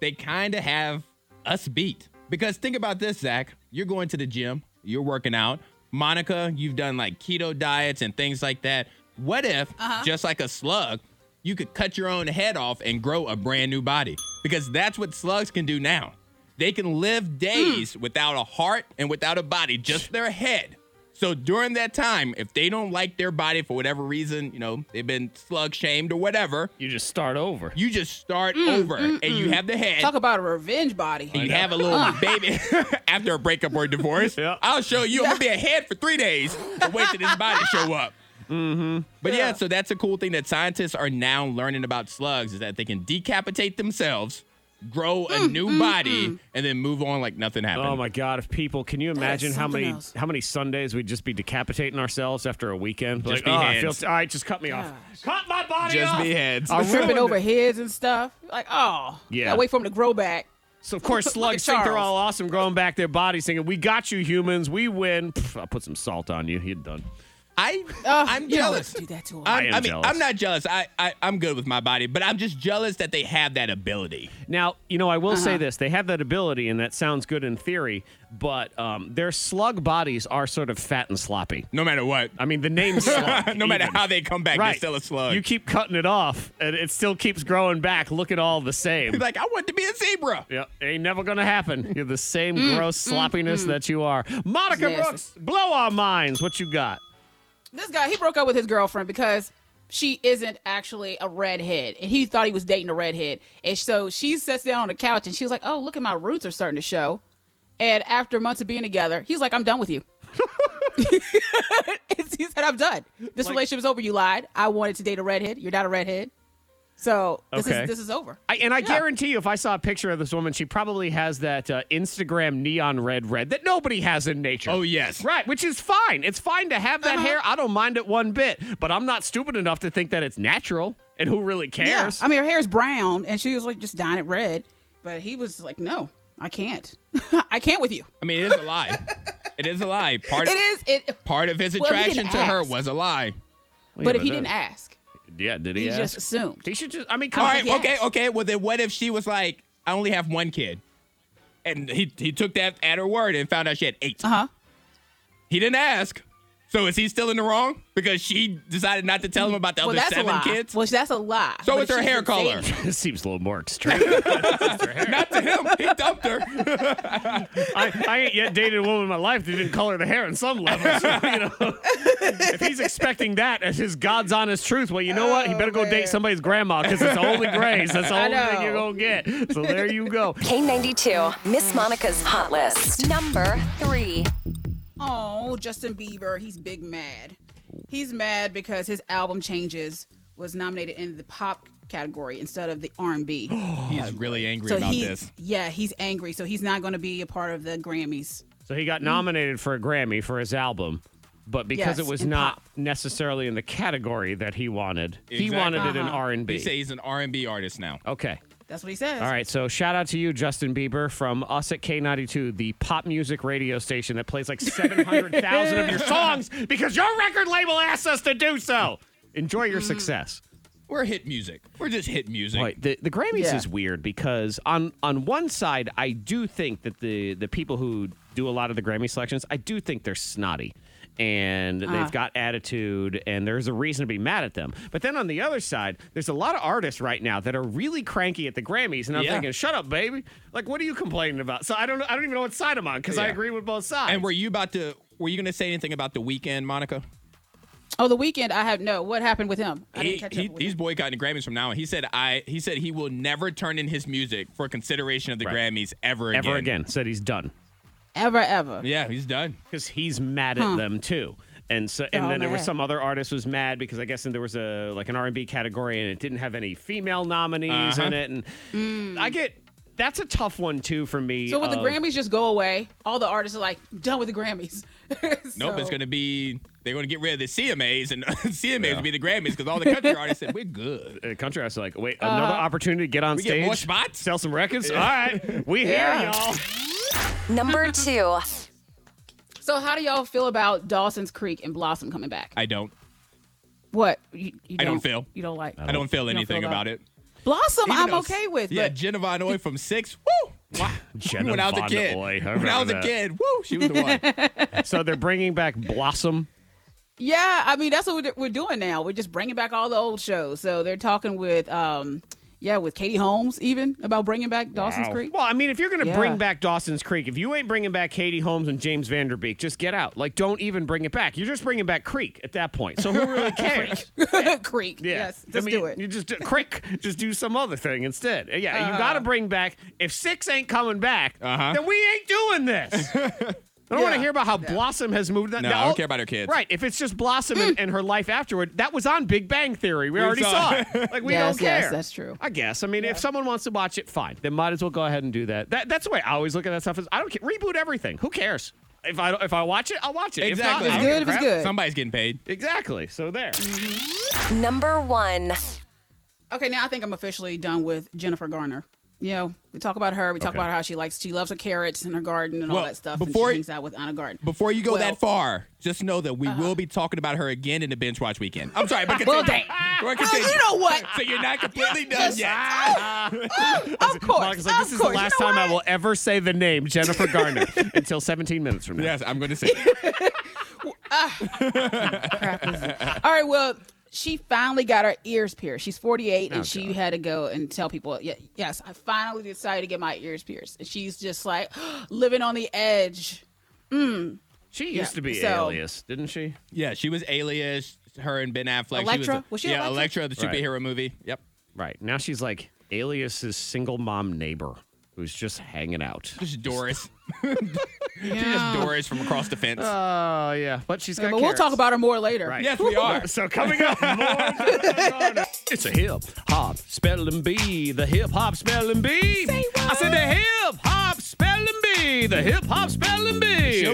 they kind of have us beat. Because think about this, Zach. You're going to the gym, you're working out. Monica, you've done like keto diets and things like that. What if, just like a slug, you could cut your own head off and grow a brand new body? Because that's what slugs can do now. They can live days without a heart and without a body, just their head. So during that time, if they don't like their body for whatever reason, you know, they've been slug shamed or whatever,
you just start over.
You just start over, and you have the head.
Talk about a revenge body.
and you have a little baby after a breakup or a divorce. I'll show you. I'm gonna be a head for three days and wait till this body show up. Mm-hmm. But yeah. so that's a cool thing that scientists are now learning about slugs is that they can decapitate themselves, grow a new body, and then move on like nothing happened.
Oh my God! If people, can you imagine how
something
many
else.
how many Sundays we'd just be decapitating ourselves after a weekend?
Just
Like,
be
"Oh, I
heads.
feel t- all right, just cut me off. Cut my body
Just
off.
be heads.
I
tripping
ruined
over
it.
heads and stuff. Like, oh,
Yeah.
gotta wait for them to grow back.
So of course,
Look at
slugs think they're
Charles.
all awesome, growing back their bodies, singing, "We got you, humans. We win." Pff, I'll put some salt on you. You're done.
I
Oh,
I'm
you don't
jealous.
do that to him.
I'm,
I am
mean,
jealous.
I'm not jealous. I, I I'm good with my body, but I'm just jealous that they have that ability.
Now, you know, I will
Uh-huh.
say this: they have that ability, and that sounds good in theory, but um, their slug bodies are sort of fat and sloppy.
No matter what,
I mean, the name slug.
no matter
even.
how they come back, they're still a slug.
You keep cutting it off, and it still keeps growing back. Look at all the same.
He's like, I want to be a zebra.
Yep, ain't never gonna happen. You're the same
Mm,
gross sloppiness that you are. Monica
Yes.
Brooks, blow our minds. What you got?
This guy, he broke up with his girlfriend because she isn't actually a redhead, and he thought he was dating a redhead. And so she sits down on the couch, and she was like, "Oh, look at my roots are starting to show." And after months of being together, he's like, "I'm done with you." he said, "I'm done. This relationship is over. You lied. I wanted to date a redhead. You're not a redhead. So this
Okay.
is this is over."
I, and I guarantee you, if I saw a picture of this woman, she probably has that uh, Instagram neon red red that nobody has in nature.
Oh yes.
Right, which is fine. It's fine to have
Uh-huh.
that hair. I don't mind it one bit, but I'm not stupid enough to think that it's natural. And who really
Yeah,
cares?
I mean, her hair's brown, and she was like just dying it red. But he was like, "No, I can't. I can't with you."
I mean, it is a lie. it is a lie. Part
It
of,
is it,
part of his
Well, he didn't
attraction to her
ask.
was a lie.
but if he
but
didn't
then-
ask,
yeah, did
he
he?
just
ask?
assumed.
he should just. I mean,
All
come
right,
on.
yes.
okay, okay. Well, then what if she was like, I only have one kid, and he he took that at her word and found out she had eight.
Uh huh.
He didn't ask. So is he still in the wrong because she decided not to tell him about the
Well,
other
that's a
seven
lie.
kids?
Well, that's a lie.
so
But
is her
she's
hair
been
color.
dating-
this seems a little more extreme.
not to him. He dumped her.
I, I ain't yet dated a woman in my life that didn't color the hair on some level. So, you know, if he's expecting that as his God's honest truth, well, you know what? He better go date somebody's grandma because it's only grays. That's the
Oh, I
only thing
know.
you're going to get. So there you go.
K92, Miss Monica's Hot List. Number three.
Oh, Justin Bieber, he's big mad. He's mad because his album Changes was nominated in the pop category instead of the R&B.
He's really angry
so
about
he,
this.
yeah, he's angry. So he's not going to be a part of the Grammys.
So he got nominated for a Grammy for his album, but because
Yes,
it was
and
not
pop.
necessarily in the category that he wanted, he
Exactly.
wanted it in
Uh-huh.
R&B.
He say he's an R and B artist now.
okay.
That's what he says.
All right, so shout out to you, Justin Bieber, from us at K92, the pop music radio station that plays like 700,000 of your songs because your record label asked us to do so. Enjoy your success.
We're hit music. We're just hit music.
Right. The, the Grammys
Yeah.
is weird because on on one side, I do think that the the people who do a lot of the Grammy selections, I do think they're snotty and they've got attitude and there's a reason to be mad at them. But then on the other side, there's a lot of artists right now that are really cranky at the Grammys and I'm
Yeah.
thinking, "Shut up, baby. Like what are you complaining about?" So I don't know- I don't even know what side I'm on cuz I
Yeah.
agree with both sides.
And were you about to? Were you going to say anything about the weekend, Monica?
Oh, the weekend I have no. What happened with him? I
He,
didn't catch
he-
up with
he's
him.
boycotting the Grammys from now on. He said, "I." He said he will never turn in his music for consideration of the
Right.
Grammys ever again.
ever again said he's done.
ever ever.
Yeah, he's done.
because he's mad at them too. And so, and
all
then there was
mad.
some other artist was mad because I guess there was a like an R and B category and it didn't have any female nominees in
Uh-huh.
it. And I get that's a tough one too for me.
Hmm.
uh,
So would the
Oh.
of-
Grammys just go away? All the artists are like, "I'm done with the Grammys.
Nope, it's
So-
going to be. They're going to get rid of the CMAs, and CMAs will be the Grammys because all the country artists said we're good.
uh, country artists are like, wait,
Uh-huh.
another opportunity to get on
We
stage,
get more spots?
sell some records. All right, we here,
Yeah.
y'all.
Number two.
So how do y'all feel about Dawson's Creek and Blossom coming back?
I don't.
what you, you
I don't feel.
You don't like.
I don't feel
don't
anything
feel
about
about-
it.
Blossom,
Even
I'm
though-
okay with.
Yeah,
but
Jenna Von Oy from Six. Woo! Wow.
Jenna
when I was a
Von
kid.
Oy, I
when I was
remember
a
that.
kid, woo! She was the one.
so they're bringing back Blossom.
yeah, I mean that's what we're, we're doing now. We're just bringing back all the old shows. So they're talking with um, Yeah, with Katie Holmes even about bringing back Dawson's
Wow.
Creek.
Well, I mean, if you're going to
Yeah.
bring back Dawson's Creek, if you ain't bringing back Katie Holmes and James Vanderbeek, just get out. Like, don't even bring it back. You're just bringing back Creek at that point. So who really cares?
Creek.
Yeah.
Yes, just
I mean,
do it. Uh-huh.
You just do, Creek. Just do some other thing instead. Yeah, you got to bring back. If six ain't coming back,
Uh-huh.
then we ain't doing this. I don't want to
Yeah.
hear about how Blossom has moved.
No, I don't care about her kids.
Right. If it's just Blossom and, and her life afterward, that was on Big Bang Theory. We,
We
already saw
saw
it.
it.
Like, we
yes,
don't care.
yes, that's true.
I guess. I mean, if someone wants to watch it, fine. Then might as well go ahead and do that. that that's the way I always look at that stuff. Is I don't care. Reboot everything. Who cares? If I if I watch it, I'll watch it. If not, I
Exactly. It's
don't
good
give a
if it's
crap.
good.
Somebody's getting paid.
Exactly. So there.
Number one.
Okay, now I think I'm officially done with Jennifer Garner. You know, we talk about her. We talk
Okay.
about how she likes, she loves her carrots and her garden and all
Well,
that stuff.
before-
and she hangs out with Anna Garden.
Before you go
Well- Uh-huh.
that far, just know that we will be talking about her again in the binge watch weekend. I'm sorry, but
Well,
continue.
dang.
We're
Oh,
continuing.
you know what?
So you're not completely done
Yes.
yet.
of course,
Monica's like,
of
this is the
course. You
last
know
time I
what?
will ever say the name Jennifer Garner until 17 minutes from now.
Yes, I'm going to say. it.
All right, well, she finally got her ears pierced. She's 48
Oh,
and she had to go and tell people, "Ye- yes, I finally decided to get my ears pierced. And she's just like living on the edge.
She used to be
so-
Alias, didn't she?
Yeah, she was Alias. Her and Ben Affleck.
Electra?
was,
Was she
yeah,
Electra?
Electra, the
Right.
superhero movie. Yep.
Right. Now she's like Alias's single mom neighbor who's just hanging out.
Just Doris. She's just Doris from across the fence.
Uh,
Oh, yeah. But she's got
But we'll talk about her more later.
Right.
yes, we are.
So coming up, more it's a hip hop spelling bee, the hip hop spelling bee. I said the hip hop spelling bee, the hip hop spelling bee.
Show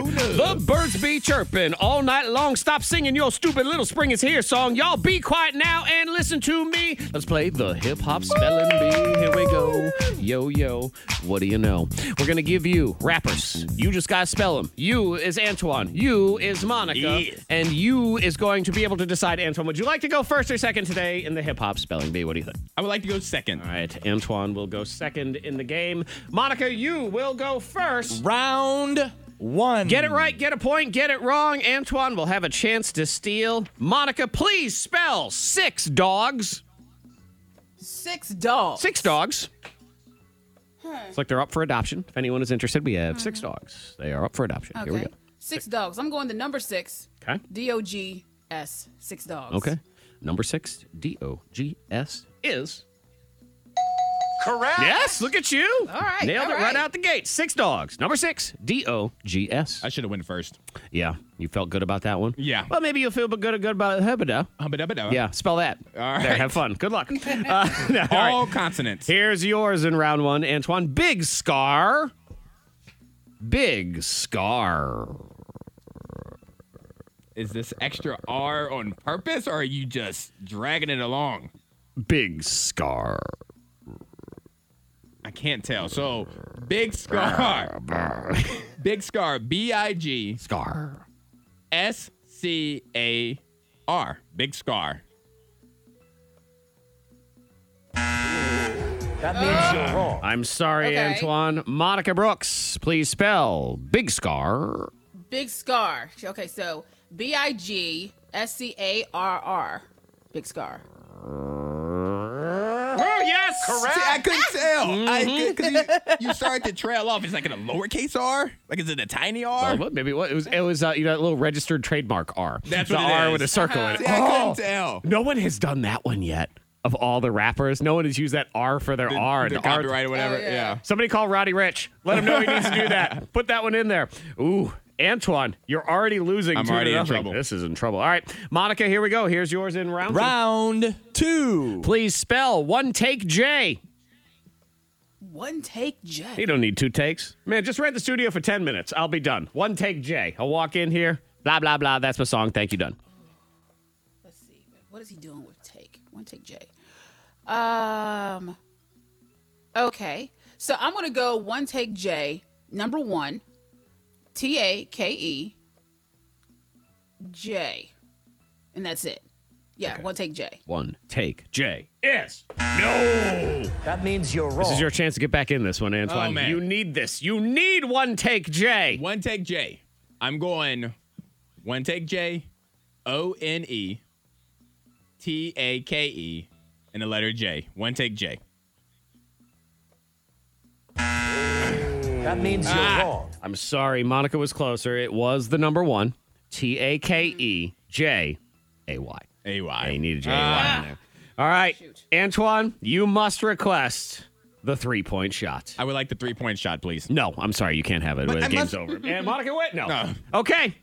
the
love.
birds be chirping all night long. Stop singing your stupid little spring is here song. Y'all be quiet now and listen to me. Let's play the hip hop spelling bee. Here we go. Yo yo, what do you know? We're gonna give you rappers. You just gotta spell them. You is Antoine. You is Monica.
Yes.
And you is going to be able to decide, Antoine, would you like to go first or second today in the hip hop spelling bee? What do you think?
I would like to go second.
All right, Antoine will go second in the game. Monica, you will go first.
Round one.
Get it right, get a point, get it wrong. Antoine will have a chance to steal. Monica, please spell six dogs.
Six dogs.
Six dogs.
Hmm.
It's like they're up for adoption. If anyone is interested, we have six dogs. They are up for adoption. Here we
Okay.
go.
Six dogs. I'm going to number six.
Okay.
D O G S. Six dogs.
Okay. Number six, D O G S, is
Correct.
Yes, look at you.
All right,
Nailed
all
it right
right.
out the gate. Six dogs. Number six, D O G S.
I should have went first.
Yeah, you felt good about that one?
Yeah.
Well, maybe you'll feel good, good about Hebida.
Uh, Hubba-dubba-dubba.
Yeah, spell that.
All
There,
right.
have fun. Good luck. Uh, all right.
All consonants.
Here's yours in round one, Antoine. Big Scar. Big Scar.
Is this extra R on purpose, or are you just dragging it along?
Big Scar.
I can't tell. So, big scar, big scar, B I G
Scar.
S C A R, big scar.
That means you're wrong.
I'm sorry,
Okay.
Antoine. Monica Brooks, please spell Big Scar.
Big scar. Okay, so B I G S C A R R. Big scar.
Oh, yes.
Correct. I couldn't tell. I
Mm-hmm.
could, cause you, you started to trail off. Is like in a lowercase R? Like is it a tiny
Oh,
R?
what, maybe what it was it was uh, you know that little registered trademark R.
That's
the
what it
R
is.
with a circle in it.
See, I couldn't
Oh,
tell.
no one has done that one yet. Of all the rappers, no one has used that R for their R.
the
and R-
copyright or whatever.
Oh, yeah.
yeah.
Somebody call Roddy Rich. Let him know he needs to do that. Put that one in there. Ooh, Antoine, you're already losing.
I'm
two to
already in
nothing.
trouble.
This is in trouble. All right, Monica, here we go. Here's yours in round. two.
Round two.
Please spell one take J.
One take
You
J.
don't need two takes. Man, just rent the studio for 10 minutes. I'll be done. One take J. I'll walk in here, blah, blah, blah. That's my song. Thank you, done.
Let's see. What is he doing with take? One take J. Um Okay. So I'm gonna go one take J, number one, T A K E J. And that's it. Yeah, one take J.
One take J. Yes.
That means you're wrong.
This is your chance to get back in this one, Antoine.
Oh, man.
you need this. You need one take J.
One take J. I'm going one take J, O N E, T A K E, and the letter J. One take J.
That means you're wrong.
I'm sorry, Monica was closer. It was the number one. T A K E J A Y.
A Y.
They needed J A Y
Ah.
in there. All right, Antoine, you must request the three point shot.
I would like the three point shot, please.
No, I'm sorry, you can't have it. the game's over. And Monica went. No. Okay.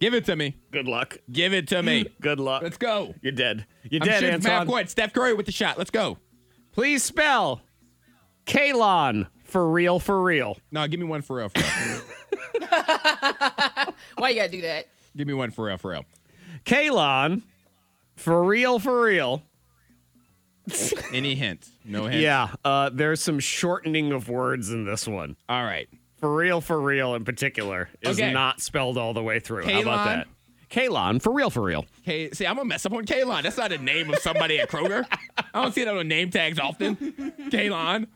Give it to me.
Good luck.
Give it to me.
Good luck.
Let's go.
You're dead. You're
I'm
Mm. dead,
shooting from half
Antoine.
court. Steph Curry with the shot. Let's go.
Please spell Kalon for real, for real.
No, give me one for real. For real.
Why you gotta do that?
give me one for real. For real.
Kalon for real, for real.
Any hint? No hint.
Yeah, uh, there's some shortening of words in this one.
All right.
For real, for real in particular is
Okay.
not spelled all the way through. How
Kalon?
about that? Kalon, for real, for real.
Hey, see, I'm gonna mess up on Kalon. That's not a name of somebody at Kroger. I don't see that on name tags often. Kalon.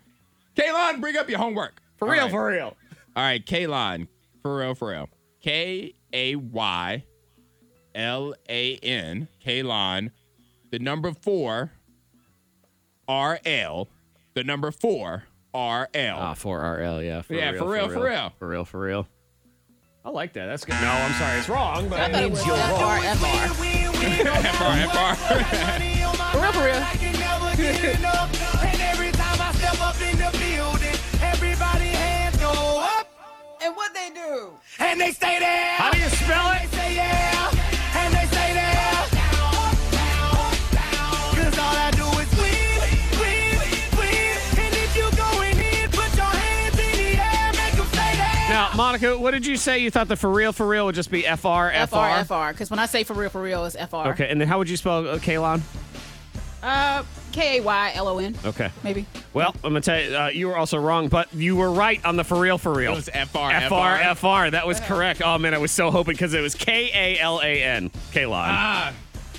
Kalon, bring up your homework.
For
All
real,
right.
for real.
All right, Kalon. For real, for real. K A Y L A N. Kalon. The number four R L. The number four R L.
Ah, for RL, yeah.
Yeah, for real, for real.
For real, for real. I like that. That's good. No, I'm sorry. It's wrong, but
That means you're wrong. FR.
Ah,
FR, FR.
For real, for real. And what they do?
And they stay there.
How do you spell it?
Say yeah. And they stay there. 'Cause all I do is win, win, win. And if you going in, put your hands in the air, make 'em stay there.
Now, Monica, what did you say? You thought the for real, for real would just be FR,
FR, FR. Because when I say for real, for real, it's FR.
Okay, and then how would you spell uh, Kalon?
Uh, K A Y L O N.
Okay.
Maybe.
Well, I'm gonna tell you, uh, you were also wrong, but you were right on the for real, for real.
It was FR,
FR, FR. That was correct. Oh man, I was so hoping because it was K A L A N, Kalon.
Ah,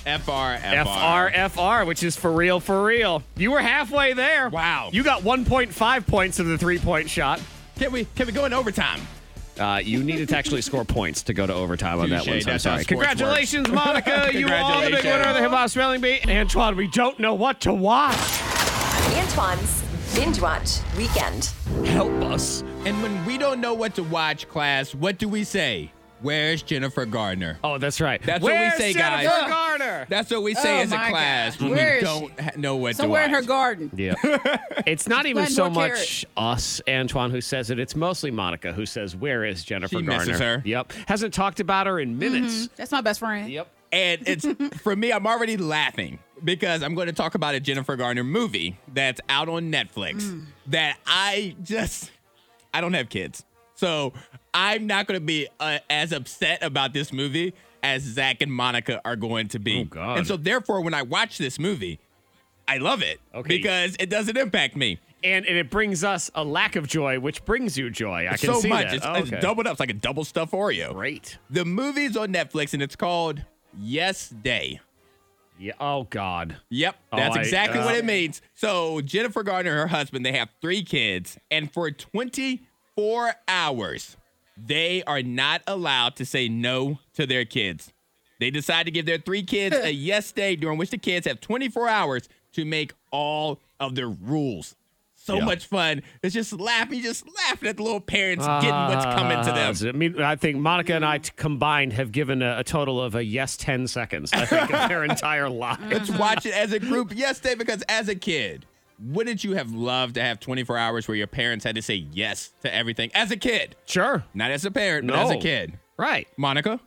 FR, FR.
FR, FR, which is for real, for real. You were halfway there.
Wow.
You got 1.5 points of the three point shot.
Can we can we go in overtime?
Uh, you needed to actually score points to go to overtime on that
Touche,
one. So I'm
that's how
sorry.
sports works.
Congratulations, Monica. you are the big winner of the hip hop spelling bee. Antoine, we don't know what to watch.
Antoine's Binge Watch Weekend.
Help us.
And when we don't know what to watch, class, what do we say? Where's Jennifer Gardner?
Oh, that's right.
That's
Where's
what we say,
Jennifer
guys.
Garner.
That's what we say
Oh,
as a
my
class
God.
when
Where
we
is
don't ha- know what
Somewhere in
to watch.
her garden.
Yeah. it's not even
planting
so
more
much us, Antoine, who says it. It's mostly Monica who says, Where is Jennifer
She
Garner?
misses her.
Yep. Hasn't talked about her in minutes.
That's my best friend.
Yep.
and it's for me, I'm already laughing because I'm going to talk about a Jennifer Garner movie that's out on Netflix
Mm.
that I just I don't have kids, so I'm not going to be uh, as upset about this movie as Zach and Monica are going to be.
Oh, God.
And so therefore, when I watch this movie, I love it
Okay.
because it doesn't impact me.
And, and it brings us a lack of joy, which brings you joy. I can
so
see
much.
that.
It's,
Oh,
it's
okay.
doubled up. It's like a double stuff Oreo.
Great.
The movie's on Netflix and it's called Yes Day.
Yeah. Oh, God.
Yep,
Oh,
that's
I-
exactly what
uh,
it means. So Jennifer Gardner, her husband, they have three kids, and for 24 hours, they are not allowed to say no to their kids. They decide to give their three kids a yes day, during which the kids have 24 hours to make all of their rules. So
Yeah.
much fun! It's just laughing, just laughing at the little parents getting what's coming to them.
Uh, I mean, I think Monica and I t- combined have given a, a total of a yes 10 seconds, I think, of their entire lives.
Mm-hmm.
Let's watch it as a group yesterday because as a kid, wouldn't you have loved to have 24 hours where your parents had to say yes to everything as a kid?
Sure.
Not as a parent, but
No.
as a kid.
Right.
Monica?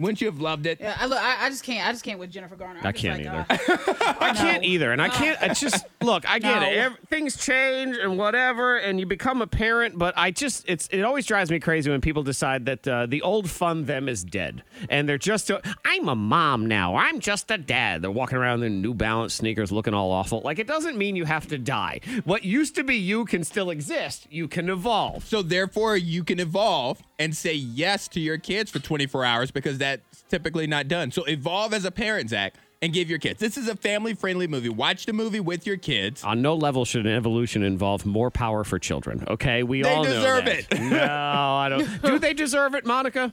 Wouldn't you have loved it?
Mm. Yeah, I look. I, I just can't. I just can't with Jennifer Garner. I'm
I
just
can't
like,
either.
uh,
I can't either, and I can't. I just look. I get
No.
it. Ev- things change and whatever, and you become a parent. But I just, it's it always drives me crazy when people decide that uh, the old fun them is dead, and they're just. A, I'm a mom now. I'm just a dad. They're walking around in their New Balance sneakers, looking all awful. Like it doesn't mean you have to die. What used to be you can still exist. You can evolve.
So therefore, you can evolve and say yes to your kids for 24 hours because that's typically not done. So evolve as a parent, Zach, and give your kids. This is a family-friendly movie. Watch the movie with your kids.
On no level should an evolution involve more power for children. Okay, we
They
all know
deserve
that.
it.
No, I don't. Do they deserve it, Monica?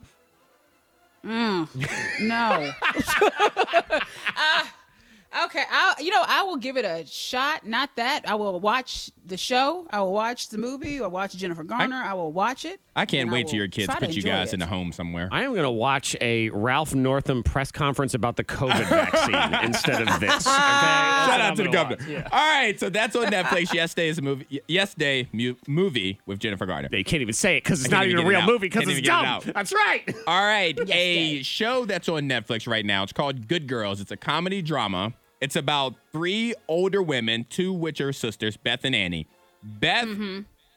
no. Uh, Okay, I you know I will give it a shot. Not that I will watch the show. I will watch the movie. I'll watch Jennifer Garner. I, will watch it.
I can't
and
wait till your kids
try to
put you
enjoy
guys
it.
in a home somewhere.
I am going to watch a Ralph Northam press conference about the COVID vaccine instead of this. Okay? That's
Shout
what I'm
out to the
gonna
governor.
watch. Yeah.
All right, so that's on Netflix. Yesterday's movie. y- Yesterday mu- movie with Jennifer Garner.
They can't even say it because
I
it's
can't
not even a
get it
real
out.
movie because
Can't
it's
even get it
dumb.
out.
That's right.
All right, a show that's on Netflix right now. It's called Good Girls. It's a comedy drama. It's about three older women, two which are sisters, Beth and Annie. Beth,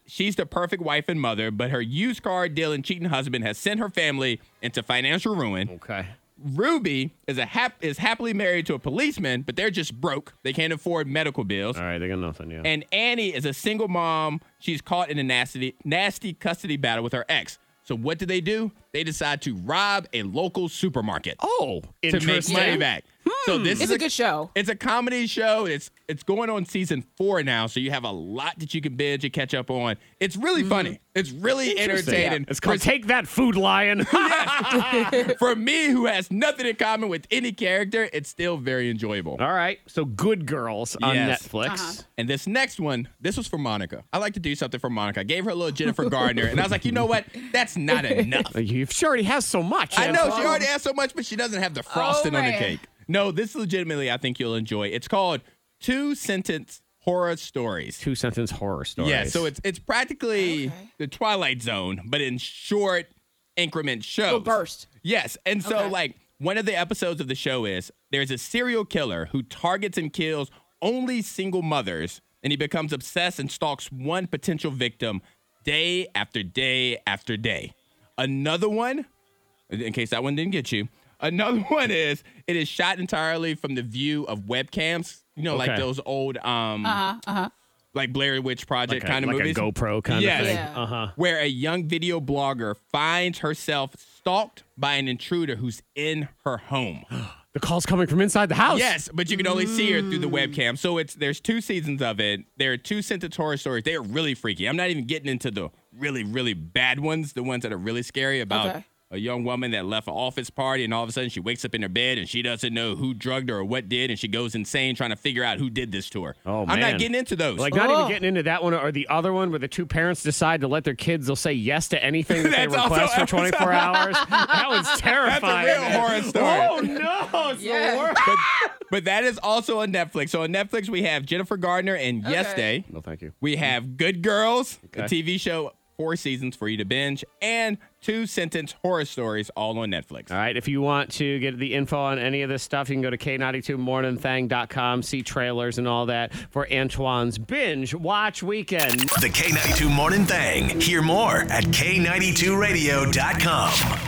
she's the perfect wife and mother, but her used car dealing cheating husband has sent her family into financial ruin.
Okay.
Ruby is a hap- is happily married to a policeman, but they're just broke. They can't afford medical bills. All
right, they got nothing. Yeah.
And Annie is a single mom. She's caught in a nasty, nasty custody battle with her ex. So what do they do? They decide to rob a local supermarket.
Oh,
to make
interesting.
money back. So this
It's
is
a good show.
It's a comedy show. It's it's going on season four now, so you have a lot that you can binge and catch up on. It's really funny. It's really
Interesting.
entertaining.
It's called Take That Food Lion.
For me, who has nothing in common with any character, it's still very enjoyable.
All right. So Good Girls on Netflix. Uh-huh.
And this next one, this was for Monica. I like to do something for Monica. I gave her a little Jennifer Gardner, and I was like, you know what? That's not enough.
You- She already has so much.
I know she already has so much, but she doesn't have the frosting on the
man.
cake. No, this legitimately, I think you'll enjoy. It's called Two Sentence Horror Stories.
two sentence horror stories.
Yeah, so it's it's practically the Twilight Zone, but in short increment shows.
burst.
Yes, and so like one of the episodes of the show is there's a serial killer who targets and kills only single mothers, and he becomes obsessed and stalks one potential victim day after day after day. Another one, in case that one didn't get you. Another one is it is shot entirely from the view of webcams. You know, like
Okay.
those old um
Uh huh. Uh huh.
like Blair Witch Project
Like a-
kind of
like a
movies.
GoPro kind of
Yes.
thing. Yeah. Uh-huh.
Where a young video blogger finds herself stalked by an intruder who's in her home.
The call's coming from inside the house.
Yes, but you can only see her through the webcam. So it's there's two seasons of it. There are two sentence horror stories. They are really freaky. I'm not even getting into the really really bad ones, the ones that are really scary about
Okay.
a young woman that left an office party and all of a sudden she wakes up in her bed and she doesn't know who drugged her or what did and she goes insane trying to figure out who did this to her.
Oh,
I'm
man.
not getting into those.
Like not even
Oh.
getting into that one or the other one where the two parents decide to let their kids. They'll say yes to anything that they
That's also
request for
episode-
24 hours. That was terrifying.
That's a real horror story.
Oh no, it's the worst.
but, but that is also on Netflix. So on Netflix, we have Jennifer Gardner and Yesterday.
No, thank you.
We have Good Girls, a
Okay.
TV show, four seasons for you to binge, and two sentence horror stories all on Netflix.
All right. If you want to get the info on any of this stuff, you can go to k92morningthang.com, see trailers and all that for Antoine's binge watch weekend.
The K92 Morning Thang. Hear more at K92radio.com.